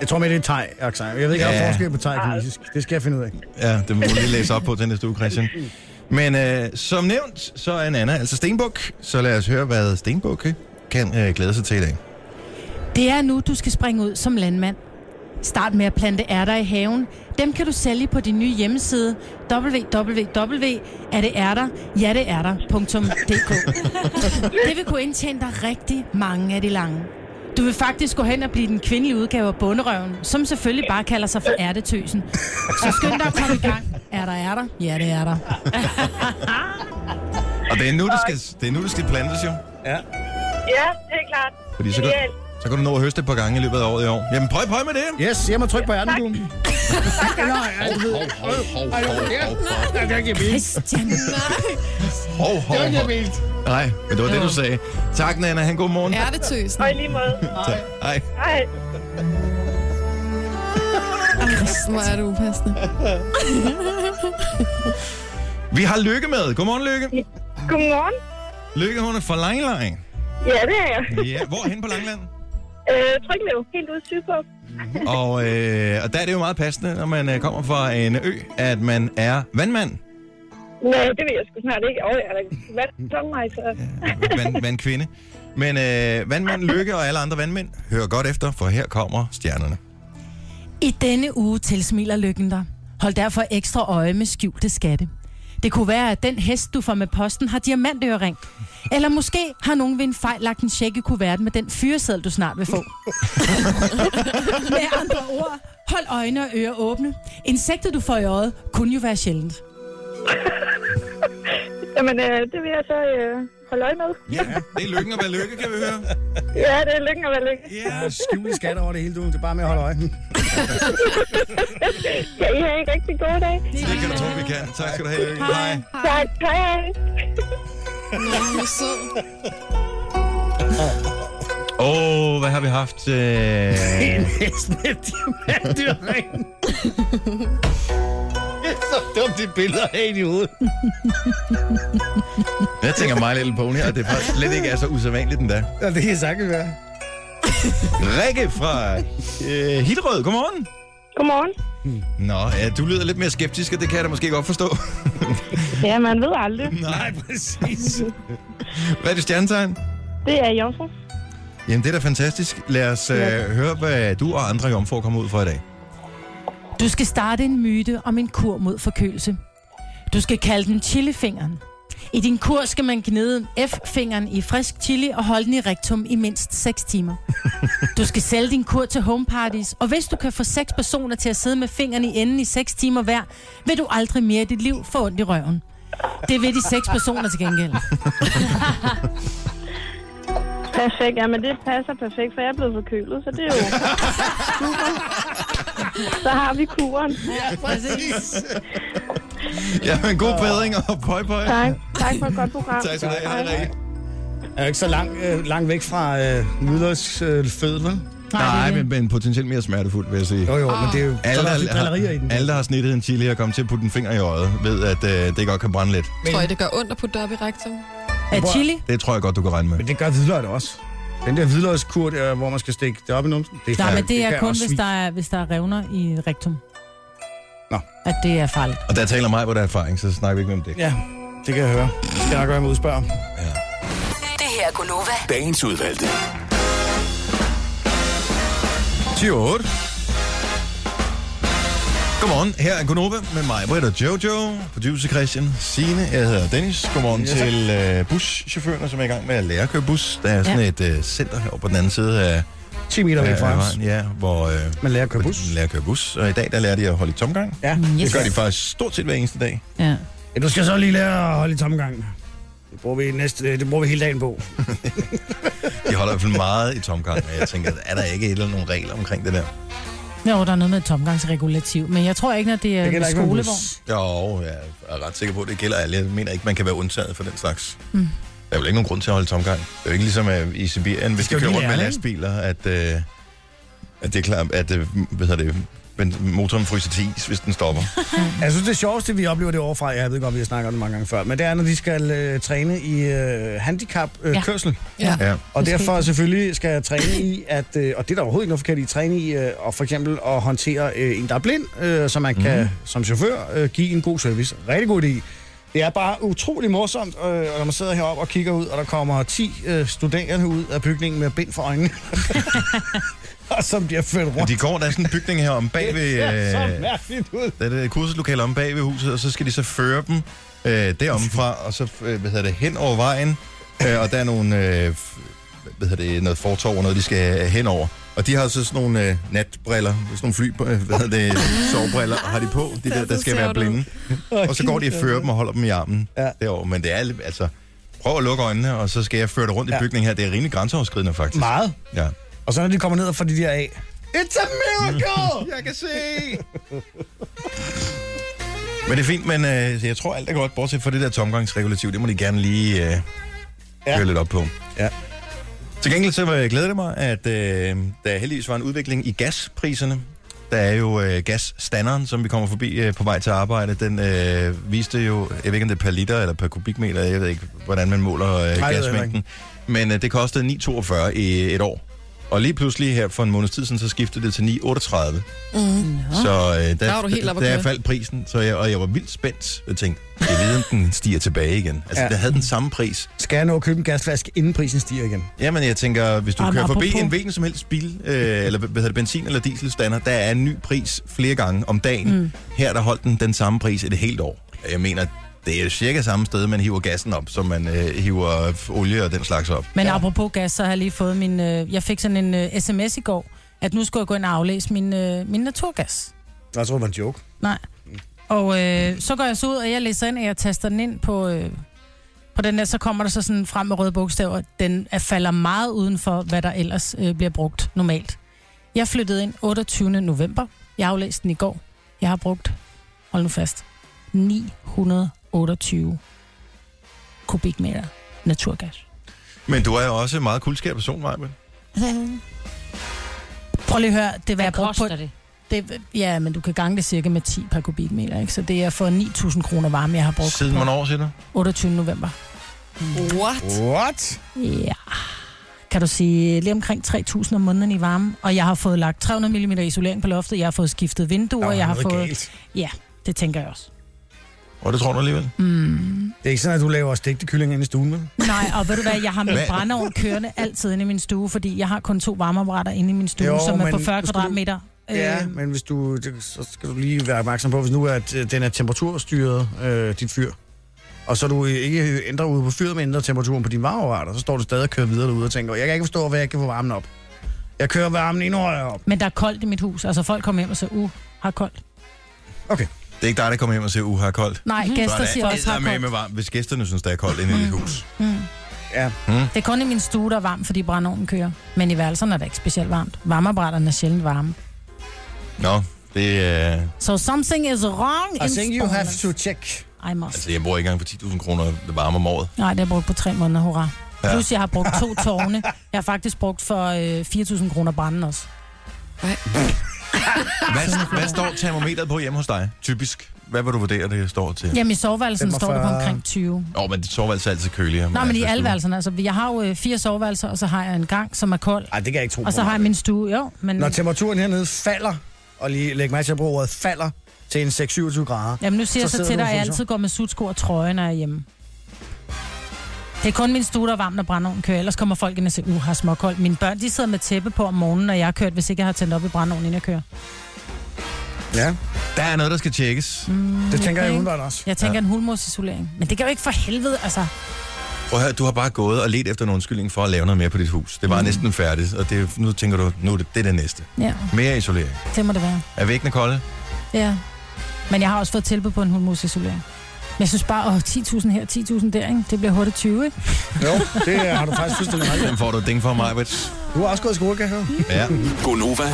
Jeg tror med, det er thai-accent. Jeg ved ikke, om der Ja. er forskel på thai og kinesisk. Det skal jeg finde ud af. Ja, det må du lige læse op på til næste uge, Christian. Men øh, som nævnt, så er Nana altså stenbuk. Så lad os høre, hvad stenbukke kan øh, glæde sig til i dag. Det er nu, du skal springe ud som landmand. Start med at plante ærter i haven. Dem kan du sælge på din nye hjemmeside www.erdeærter.dk Det vil kunne indtjene dig rigtig mange af de lange. Du vil faktisk gå hen og blive den kvindelige udgave af bonderøven, som selvfølgelig bare kalder sig for ærtetøsen. Så skynd dig at komme i gang. Er der ærter? Ja, det er der. Og det er nu, det skal, det er nu, det skal plantes jo. Ja. Ja, helt klart. Fordi så kan, Genialt. så kan du nå at høste et par gange i løbet af året i år. Jamen, prøv, prøv med det. Yes, hjem og tryk på hjernen, du. Tak, tak. Nej, det er ikke vildt. Christian, Hov, hov, Det er ikke hov. vildt. Nej, men det var det, du sagde. Tak, Nana. Han god morgen. Hjertetøsen. Og i lige måde. Tak. Hej. Hej. Hvor er du upassende. Vi har Lykke med. Godmorgen, Lykke. Godmorgen. Lykke, hun er fra Langelang. Ja, det er jeg. Ja, hvor hen på Langeland? Øh, Tryklev, helt ude sydpå. Og, øh, og der er det jo meget passende, når man øh, kommer fra en ø, at man er vandmand. Nej, det ved jeg sgu snart ikke. Åh, jeg er da vand som mig, så... Vand, vandkvinde. Men øh, vandmand Lykke og alle andre vandmænd, hør godt efter, for her kommer stjernerne. I denne uge tilsmiler lykken dig. Hold derfor ekstra øje med skjulte skatte. Det kunne være, at den hest, du får med posten, har diamantørering. Eller måske har nogen ved en fejl lagt en check i kuverten med den fyreseddel, du snart vil få. med andre ord, hold øjne og ører åbne. Insekter, du får i øjet, kunne jo være sjældent. Jamen, øh, det vil jeg så øh, holde øje med. Ja, det er lykken at være lykke, kan vi høre. Ja, det er lykken at være lykke. Ja, skjul skat over det hele, du. Det er bare med at holde øje. Kan I have en rigtig god dag? Det kan du tro, vi kan. Tak skal du have, Lykke. Hej. Tak, hej hej. Nå, hun er sød. Åh, oh, hvad har vi haft? Øh... Næsten et diamantdyrring. Det er så dumt, det billede af i hovedet. Jeg tænker My Little Pony, og det er faktisk slet ikke er så usædvanligt endda. Ja, det kan sagtens være. Rikke fra øh, Hillerød, godmorgen. Godmorgen. Nå, ja, du lyder lidt mere skeptisk, og det kan jeg da måske godt forstå. Ja, man ved aldrig. Nej, præcis. Hvad er det stjernetegn? Det er jomfru. Jamen, det er da fantastisk. Lad os øh, høre, hvad du og andre jomfruer kommer ud for i dag. Du skal starte en myte om en kur mod forkølelse. Du skal kalde den chilifingeren. I din kur skal man gnide F-fingeren i frisk chili og holde den i rektum i mindst 6 timer. Du skal sælge din kur til homeparties, og hvis du kan få 6 personer til at sidde med fingrene i enden i 6 timer hver, vil du aldrig mere i dit liv få ondt i røven. Det vil de 6 personer til gengæld. Perfekt, ja, men det passer perfekt, for jeg er blevet forkølet, så det er jo... Super. Så har vi kuren. Ja, præcis. Jamen, god bedring og pøj pøj. Tak. Tak for et godt program. Tak skal du have, Rikke. Er jo ikke så langt øh, lang væk fra øh, nytårs øh, fødsel, vel? Nej, men, men potentielt mere smertefuldt, vil jeg sige. Jo, jo, men det er jo... Ah. Alle, så er der lidt der, har, drillerier i den. alle, der har snittet en chili og kommet til at putte en finger i øjet, ved, at øh, det godt kan brænde lidt. Tror I, det gør ondt at putte det op i rektum? Er chili? Det tror jeg godt, du kan regne med. Men det gør hvidløg da også. Den der hvidløgskur, der, hvor man skal stikke det op i numsen, det Nej, kan- men det er kan kun, også hvis svie. der er, hvis der er revner i rektum. Nå. At det er farligt. Og der taler mig, hvor der er erfaring, så snakker vi ikke om det. Ja, det kan jeg høre. Det skal jeg nok være med at udspørge. Det her er Gunova. Dagens udvalgte. 10 og 8. Godmorgen, her er Konoba med mig, Britt og Jojo, producer Christian, Signe, jeg hedder Dennis. Godmorgen Ja, ja, tak. til øh, buschaufførerne, som er i gang med at lære at køre bus. Der er sådan ja. Ja. et øh, center heroppe på den anden side af, 10 meter væk af, fra af os. vejen, ja, hvor øh, Man lærer at køre hvor bus. de lærer at køre bus. Og i dag, der lærer de at holde i tomgang. Ja. Det Yes. gør de faktisk stort set hver eneste dag. Ja. Ja, du skal så lige lære at holde i tomgang. Det bruger vi, næste, det bruger vi hele dagen på. De holder i hvert fald meget i tomgang, og jeg tænker, er der ikke et eller andet nogle regler omkring det der? Jo, der er noget med et tomgangsregulativ, men jeg tror ikke, når det er Det gælder det ikke med skolevogn. bus. Jo, jeg er ret sikker på, at det gælder alle. Jeg mener ikke, man kan være undtaget for den slags. Mm. Der er vel ikke nogen grund til at holde tomgang. Det er jo ikke ligesom øh, i Sibirien, hvis skal de jo kører lige rundt med lære, lastbiler, at, øh, at det er klart, at øh, hvad hedder det, men motoren fryser til is, hvis den stopper. Jeg synes, det sjoveste, vi oplever det overfra, jeg ved godt, vi har snakket om det mange gange før, men det er, når de skal øh, træne i øh, handicapkørsel. Ja. Øh, kørsel. Ja. Ja. Og derfor selvfølgelig skal jeg træne i, at, øh, og det er der overhovedet ikke noget forkert i, træne i øh, og for eksempel at håndtere øh, en, der er blind, øh, så man mm. Mhm. kan som chauffør øh, give en god service. Rigtig god idé. Det er bare utrolig morsomt, øh, og når man sidder heroppe og kigger ud, og der kommer 10 øh, studerende ud af bygningen med bind for øjnene. og som bliver ført rundt. Og de går, der er sådan en bygning her om bag ved... Det ser så Øh, mærkeligt ud. der er det kursuslokale om bag ved huset, og så skal de så føre dem øh, deromfra, og så, øh, hvad hedder det, hen over vejen. Øh, og der er nogle øh, f- hvad hedder det, noget fortorv og noget, de skal øh, henover. Og de har så sådan nogle øh, natbriller, sådan nogle fly, øh, hvad hedder det, sovebriller, har de på, de der, der skal være blinde. Og så går de og fører dem og holder dem i armen ja. derovre. Men det er, lidt- altså, prøv at lukke øjnene, og så skal jeg føre det rundt ja. i bygningen her. Det er rimelig grænseoverskridende, faktisk. Meget. Ja. Og så når de kommer ned og får de der af. It's a miracle! jeg kan se! Men det er fint, men øh, jeg tror alt er godt, bortset fra det der tomgangsregulativ. Det må de gerne lige øh, køre ja. lidt op på. Ja. Til gengæld så øh, glæder det mig, at øh, der heldigvis var en udvikling i gaspriserne. Der er jo øh, gasstanderen, som vi kommer forbi øh, på vej til arbejde. Den øh, viste jo, jeg ved ikke om det er per liter eller per kubikmeter, jeg ved ikke, hvordan man måler øh, jeg ikke. gasmængden. Men øh, det kostede 9,42 i et år. Og lige pludselig her for en måneds tid siden, så skiftede det til 9,38. Mm. Så øh, Der var der, du helt der, oppe at der køre. faldt prisen, så jeg, og jeg var vildt spændt. Jeg tænkte, jeg ved, om den stiger tilbage igen. Altså, ja. Ja. der havde den samme pris. Skal jeg nå at købe en gasflaske, inden prisen stiger igen? Jamen, jeg tænker, hvis du Jamen, kører forbi apropos- en hvilken som helst bil, øh, eller hvad hedder det, benzin- eller dieselstander, der er en ny pris flere gange om dagen. Mm. Mm. Her der holdt den den samme pris et helt år. Jeg mener, det er cirka samme sted, man hiver gassen op, som man øh, hiver øh, olie og den slags op. Men ja. apropos gas, så har jeg lige fået min... Øh, jeg fik sådan en øh, sms i går, at nu skulle jeg gå ind og aflæse min, øh, min naturgas. Jeg tror, det var en joke. Nej. Og øh, så går jeg så ud, og jeg læser ind, og jeg taster den ind på, øh, på den der, så kommer der så sådan frem med røde bogstaver. Den er, falder meget uden for, hvad der ellers øh, bliver brugt normalt. Jeg flyttede ind 28. november. Jeg aflæste den i går. Jeg har brugt, hold nu fast, 928 kubikmeter naturgas. Men du er jo også en meget kuldskær person, Maja. Prøv lige at høre, det var jeg brugt på... koster det? det? Ja, men du kan gange det cirka med 10 per kubikmeter, ikke? Så det er for 9.000 kroner varme, jeg har brugt Siden på hvornår, siger du? 28. november. What? What? Ja. Kan du sige lige omkring 3.000 om måneden i varme, og jeg har fået lagt 300 mm isolering på loftet, jeg har fået skiftet vinduer, jeg har fået... Ja, det tænker jeg også. Og det tror du alligevel? Mm. Det er ikke sådan, at du laver stegte kyllinger inde i stuen, vel? Nej, og ved du hvad, jeg har min Hvad? brændeovn kørende altid inde i min stue, fordi jeg har kun to varmeapparater inde i min stue, Jo, jo, som er på men 40 nu skal du- kvadratmeter. Ja, Øh, men hvis du, det, så skal du lige være opmærksom på, hvis nu er, at øh, den er temperaturstyret, øh, dit fyr, og så du ikke ændrer ud på fyret, men ændrer temperaturen på din varmeapparater, så står du stadig og kører videre derude og tænker, jeg kan ikke forstå, hvad jeg kan få varmen op. Jeg kører varmen endnu højere op. men der er koldt i mit hus. Altså folk kommer hjem og siger, uh, har koldt. Det er ikke dig, der kommer hjem og siger, uha, er koldt. Nej, Så er gæster det siger også, har eddermame koldt. varmt, hvis gæsterne synes, det er koldt inde i dit hus. Mm. Ja. Mm. Det er kun i min stue, der er varmt, fordi brændeovnen kører. Men i værelserne er det ikke specielt varmt. Varmeapparaterne er sjældent varme. Nå, det er... Øh... So something is wrong I think you have to check. I must. Altså, jeg bruger ikke engang for 10.000 kroner varme om året. Nej, det har jeg brugt på tre måneder, hurra. Ja. Ja. Plus, jeg har brugt to tårne. Jeg har faktisk brugt for øh, 4.000 kroner branden også. Ah. Hvad, hvad står termometret på hjemme hos dig? Typisk. Hvad vil du vurdere, det står til? Jamen, i soveværelsen står det på omkring 20. Åh, oh, men det soveværelse er altid køligere. Nej, men i altså, alle værelserne. Altså, jeg har jo øh, fire soveværelser, og så har jeg en gang, som er kold. Ej, det kan jeg ikke tro Og så på, har jeg min stue, jo. Men... Når temperaturen hernede falder, og lige læg mærke til at bruge ordet falder, til en 6-27 grader. Jamen nu siger så jeg så sidder til du dig, at jeg og altid går med sutsko og trøje, når jeg er hjemme. Det er kun min stue, der er varm, når brændeovnen kører. Ellers kommer folk ind og siger, uh, har småkoldt. Mine børn, de sidder med tæppe på om morgenen, når jeg har kørt, hvis ikke jeg har tændt op i brændeovnen, inden jeg kører. Ja. Der er noget, der skal tjekkes. Mm, Det tænker jeg ikke? umiddelbart også. Jeg tænker Ja. ja. en hulmorsisolering. Men det kan jo ikke for helvede, altså. Prøv at høre, du har bare gået og let efter en undskyldning for at lave noget mere på dit hus. Det var mm. næsten færdigt, og det, nu tænker du, nu er det det, er det næste. Ja, Mere isolering. det må det være. Er væggene kolde? Ja. Men jeg har også fået tilbud på en hulmorsisolering. Men jeg synes bare, åh, 10.000 her, 10.000 der, ikke? Det bliver hurtigt 20, ikke? Jo, det har du faktisk fuldstændig ret i. Den får du ding for mig, Brits. Du har også gået i skole, kan jeg høre. Ja. Gonova.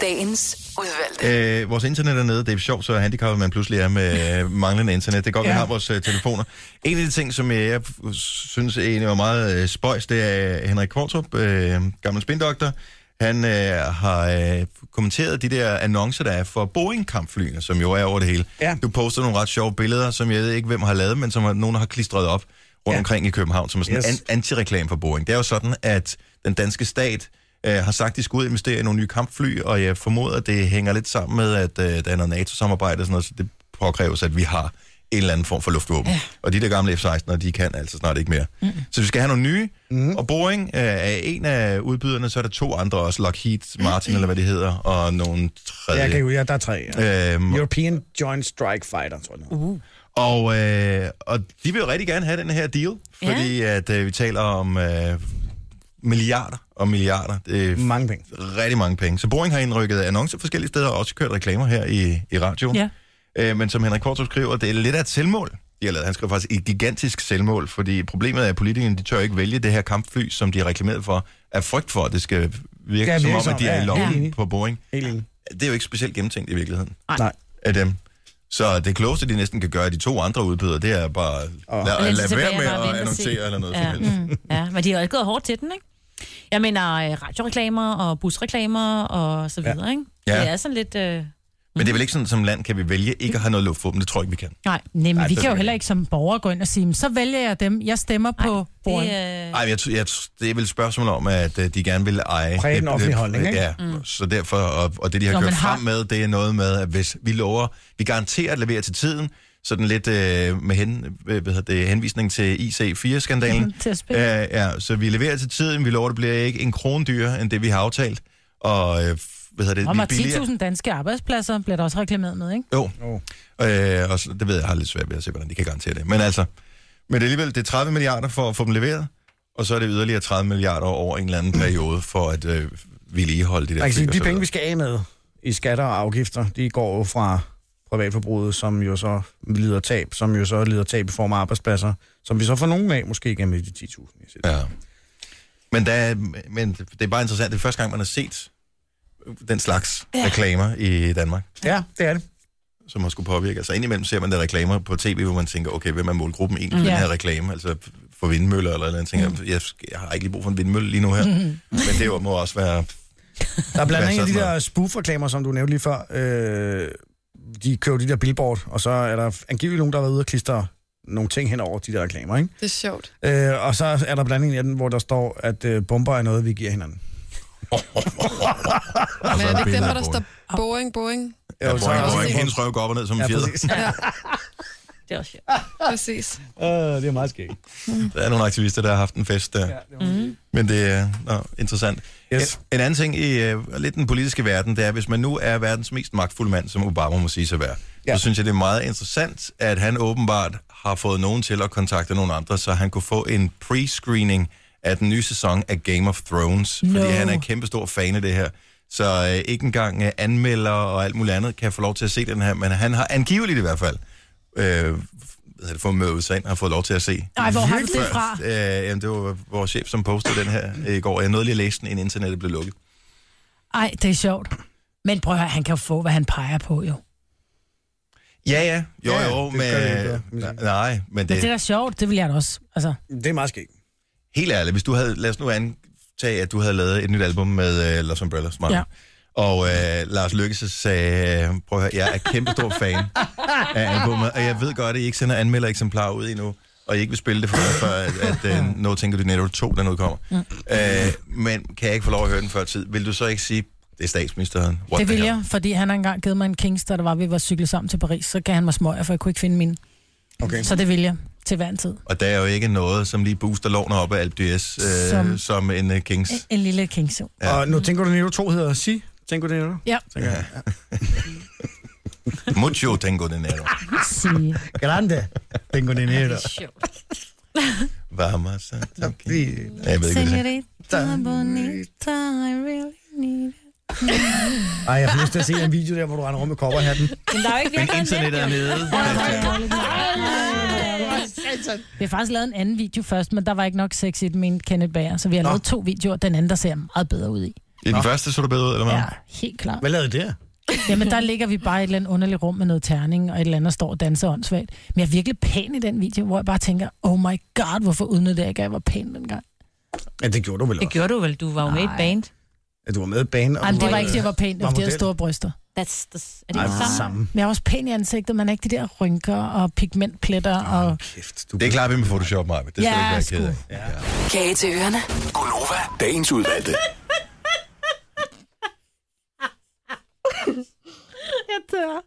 Dagens udvalgte. Øh, vores internet er nede. Det er sjovt, så handicappet man pludselig er med øh, manglende internet. Det er godt, ja. vi Ja. har vores øh, telefoner. En af de ting, som øh, jeg f- synes egentlig var meget øh, spøjs, det er Henrik Kvartrup, øh, gammel spindoktor. Han øh, har øh, kommenteret de der annoncer, der er for Boeing-kampflyene, som jo er over det hele. Ja. Du poster nogle ret sjove billeder, som jeg ved ikke, hvem har lavet, men som har- nogen har klistret op rundt ja. omkring i København, som er sådan yes. Yes. an- antireklame for Boeing. Det er jo sådan, at den danske stat øh, har sagt, de skal ud og investere i nogle nye kampfly, og jeg formoder, at det hænger lidt sammen med, at øh, der er noget NATO-samarbejde og sådan noget, så det påkræves, at vi har en eller anden form for luftvåben. Ja. Og de der gamle F-16'ere, de kan altså snart ikke mere. Mm. Så vi skal have nogle nye, Mm-hmm. mm. og Boeing øh, er en af udbyderne, så er der to andre også, Lockheed Martin, mm. eller hvad det hedder, og nogle tredje. Jeg kan jo, ja, der er tre. ja. Øhm, European Joint Strike Fighter, tror jeg. Uh. Og, øh, og de vil jo rigtig gerne have den her deal, fordi ja. at øh, vi taler om øh, milliarder og milliarder. Det er mange penge. Rigtig mange penge. Så Boring har indrykket annoncer forskellige steder og også kørt reklamer her i, i radioen. Ja. Øh, men som Henrik Kortrup skriver, det er lidt af et selvmål. De har lavet. Han skriver faktisk et gigantisk selvmål, fordi problemet er, at politikerne de tør ikke vælge det her kampfly, som de har reklameret for, af frygt for, at det skal virke Skal som virke om, som, at de ja, er i ja. Helt lommen enig. på Boring. Helt enig. Det er jo ikke specielt gennemtænkt i virkeligheden Nej. Nej. af dem. Så det klogeste, de næsten kan gøre, de to andre udbydere, det er bare at lade Læn sig lad tilbage være og med bare at vente og se. annoncere eller noget ja. som helst. Mm. Ja, men de har jo gået hårdt til den, ikke? Jeg mener øh, radioreklamer og busreklamer og så videre, ikke? Ja. Det er sådan lidt... Øh... Men det er vel ikke sådan, som land kan vi vælge ikke at have noget luftvåben. Det tror jeg ikke, vi kan. Nej, nej men Nej, vi det kan jo vil heller ikke som borgere gå ind og sige, "Men så vælger jeg dem, jeg stemmer på Boring. øh, Nej, jeg, tror- jeg, tror- det er vel et spørgsmål om, at øh, de gerne vil eje... Præge den det- offentlige det- holdning, ikke? Ja, Mm. mm. så derfor, og, og det de har Nå, Nå, kørt men har- frem med, det er noget med, at hvis vi lover, vi garanterer at levere til tiden, sådan lidt øh, med hen, øh, hvad hedder det, henvisning til IC4-skandalen. Til at øh, spille. ja, så vi leverer til tiden, vi lover, det bliver ikke en krone dyrere, end det vi har aftalt, og øh, hvad hedder det, Om vi er at 10.000 danske arbejdspladser bliver der også reklameret med, ikke? Jo. Øh, og så, det ved jeg, jeg har lidt svært ved at se, hvordan de kan garantere det. Men altså, men alligevel, det er 30 milliarder for at få dem leveret, og så er det yderligere 30 milliarder over en eller anden periode for at øh, vedligeholde det der. Man kan fly sige, og de så penge, videre. vi skal af med i skatter og afgifter, de går jo fra privatforbruget, som jo så lider tab, som jo så lider tab i form af arbejdspladser, som vi så får nogen af, måske gennem de 10.000. jeg siger det. Ja. Men, der, er- men det er bare interessant, det er første gang, man har set den slags Ja. ja. reklamer i Danmark. Ja, det er det. Som har skulle påvirke. Altså indimellem ser man der reklamer på tv, hvor man tænker, okay, hvem er målgruppen egentlig Mm. for den Ja. her reklame? Altså for vindmøller eller noget andet. Tænker, mm. jeg, sk- jeg har ikke lige brug for en vindmølle lige nu her. Mhm. Mm. Men det må også være... Der er blandt være andet en af de sådan der spoof-reklamer, som du nævnte lige før. Øh, de kører jo de der billboard, og så er der angiveligt nogen, der har været ude og klistre nogle ting hen over de der reklamer, ikke? Det er sjovt. Øh, og så er der blandt andet en af dem, hvor der står, at øh, bomber er noget, vi giver hinanden. Men er det ikke dem, billeder hvor af der står Boring, Boring? Ja, Jo, så er der Boring, også Boring, en- hendes røv går op og ned som en Ja, fjeder. præcis. Ja. Det er også sjovt. Præcis. Øh, det er meget skægt. Der er nogle aktivister, der har haft en fest der. Ja, Mm. Men det er nå, interessant. Yes. En, en anden ting i uh, lidt den politiske verden, det er, hvis man nu er verdens mest magtfulde mand, som Obama må sige sig være, ja. så synes jeg, det er meget interessant, at han åbenbart har fået nogen til at kontakte nogle andre, så han kunne få en pre-screening af den nye sæson af Game of Thrones, no. No. fordi han er en kæmpe stor fan af det her. Så øh, ikke engang øh, anmelder og alt muligt andet kan få lov til at se den her, men han har angiveligt i hvert fald, øh, hvad hedder det, fået med USA, har fået lov til at se Ej, hvor har du det Virkelig? fra? Øh, jamen, det var vores chef, som postede den her øh, i går. Jeg nåede lige at læse den, inden internettet blev lukket. Ej, det er sjovt. Men prøv at høre, han kan jo få, hvad han peger på, jo. Ja, ja. Jo, Ja, ja, jo, det men... gør det ikke, Nej, nej, men Men det, det det er da er sjovt, det vil jeg da også. Altså, Det er meget skægt. helt ærligt. Hvis du havde... Lad os nu antage, at du havde lavet et nyt album med uh, Los Umbrella Smart. Ja. Ja. Og øh, Lars Lykke så sagde, øh, prøv at høre, jeg er kæmpe stor fan af albumet, og jeg ved godt, at I ikke sender anmelder eksemplarer ud endnu, og I ikke vil spille det for mig, før at, at øh, No Tænker Du Netto 2, den udkommer. Mm. Øh, men kan jeg ikke få lov at høre den før tid? Vil du så ikke sige, det er statsministeren? What det the vil hell? jeg, fordi han har engang givet mig en kings, da der var, vi var cyklet sammen til Paris, så gav han mig smøger, for jeg kunne ikke finde min. Okay. Så det vil jeg til hver en tid. Og der er jo ikke noget, som lige booster lovene op af Alp DS, øh, Som- som... som en uh, Kings. En, en lille kings, jo. Ja. Og nu tænker du, at Nero 2 hedder Si? Tænker du, Nero? Ja. Tænker jeg. Mucho tengo dinero. Sige. Grande. Tengo dinero. Vamos a tequila. Ja, Jeg ved ikke, hvad det er. Senorita bonita, I really need it. Ej, jeg får lyst til at se en video der, hvor du render rundt med kopperhatten. Men der er jo ikke Men internettet er nede. Vi har faktisk lavet en anden video først, men der var ikke nok sex i den, mente Kenneth Bager. Så vi har lavet to videoer. Den anden, der ser meget bedre ud i. I den første så du bedre ud, eller hvad? Ja, helt klart. Hvad lavede I der? Jamen, der ligger vi bare i et eller andet underligt rum med noget terning, og et eller andet der står og danser åndssvagt. Men jeg er virkelig pæn i den video, hvor jeg bare tænker, oh my god, hvorfor udnyttede jeg ikke, at jeg var pæn dengang? Ja, det gjorde du vel Det også. gjorde du vel, du var jo med i et band. Ja, du var med i banen. Ej, men det var ikke det, jeg var pæn. Det var fordi, jeg havde store bryster. That's the, er det Ej, ikke hvor samme? samme. Men jeg var også pæn i ansigtet, man er ikke de der rynker og pigmentpletter. Og... Det er klart, vi med Photoshop, Maja. Det skal Ja, du ikke være sgu. ked af. Kage til ørerne. Gunova, dagens udvalgte. Jeg dør.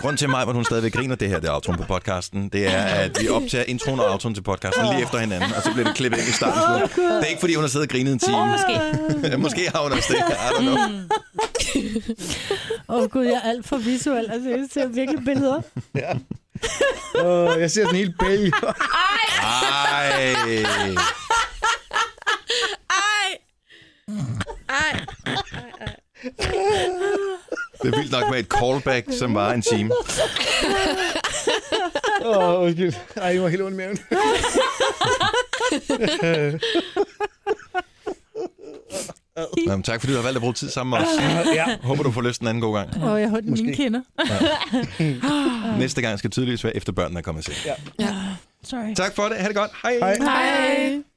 Grunden til mig, hvor hun stadigvæk griner det her, det er autoen på podcasten, det er, at vi optager introen og autoen til podcasten lige efter hinanden, og så bliver det klippet ind i starten. og slut. Det er ikke, fordi hun har siddet og grinet en time. Måske. Måske har hun også det. I don't know. Åh oh, gud, jeg er alt for visuel. Altså, jeg ser virkelig billeder. jeg ser sådan helt bælge. Ej. Det er vildt nok med et callback, som var en time. Åh, oh, undskyld. Ej, jeg var helt ondt i maven. Nå, men tak fordi du har valgt at bruge tid sammen med os. Ja. Håber du får lyst en anden god gang. Åh, jeg har den mine kinder. Næste gang skal tydeligvis være efter børnene er kommet til. Ja. Sorry. Tak for det. Ha' det godt. Hej. Hej.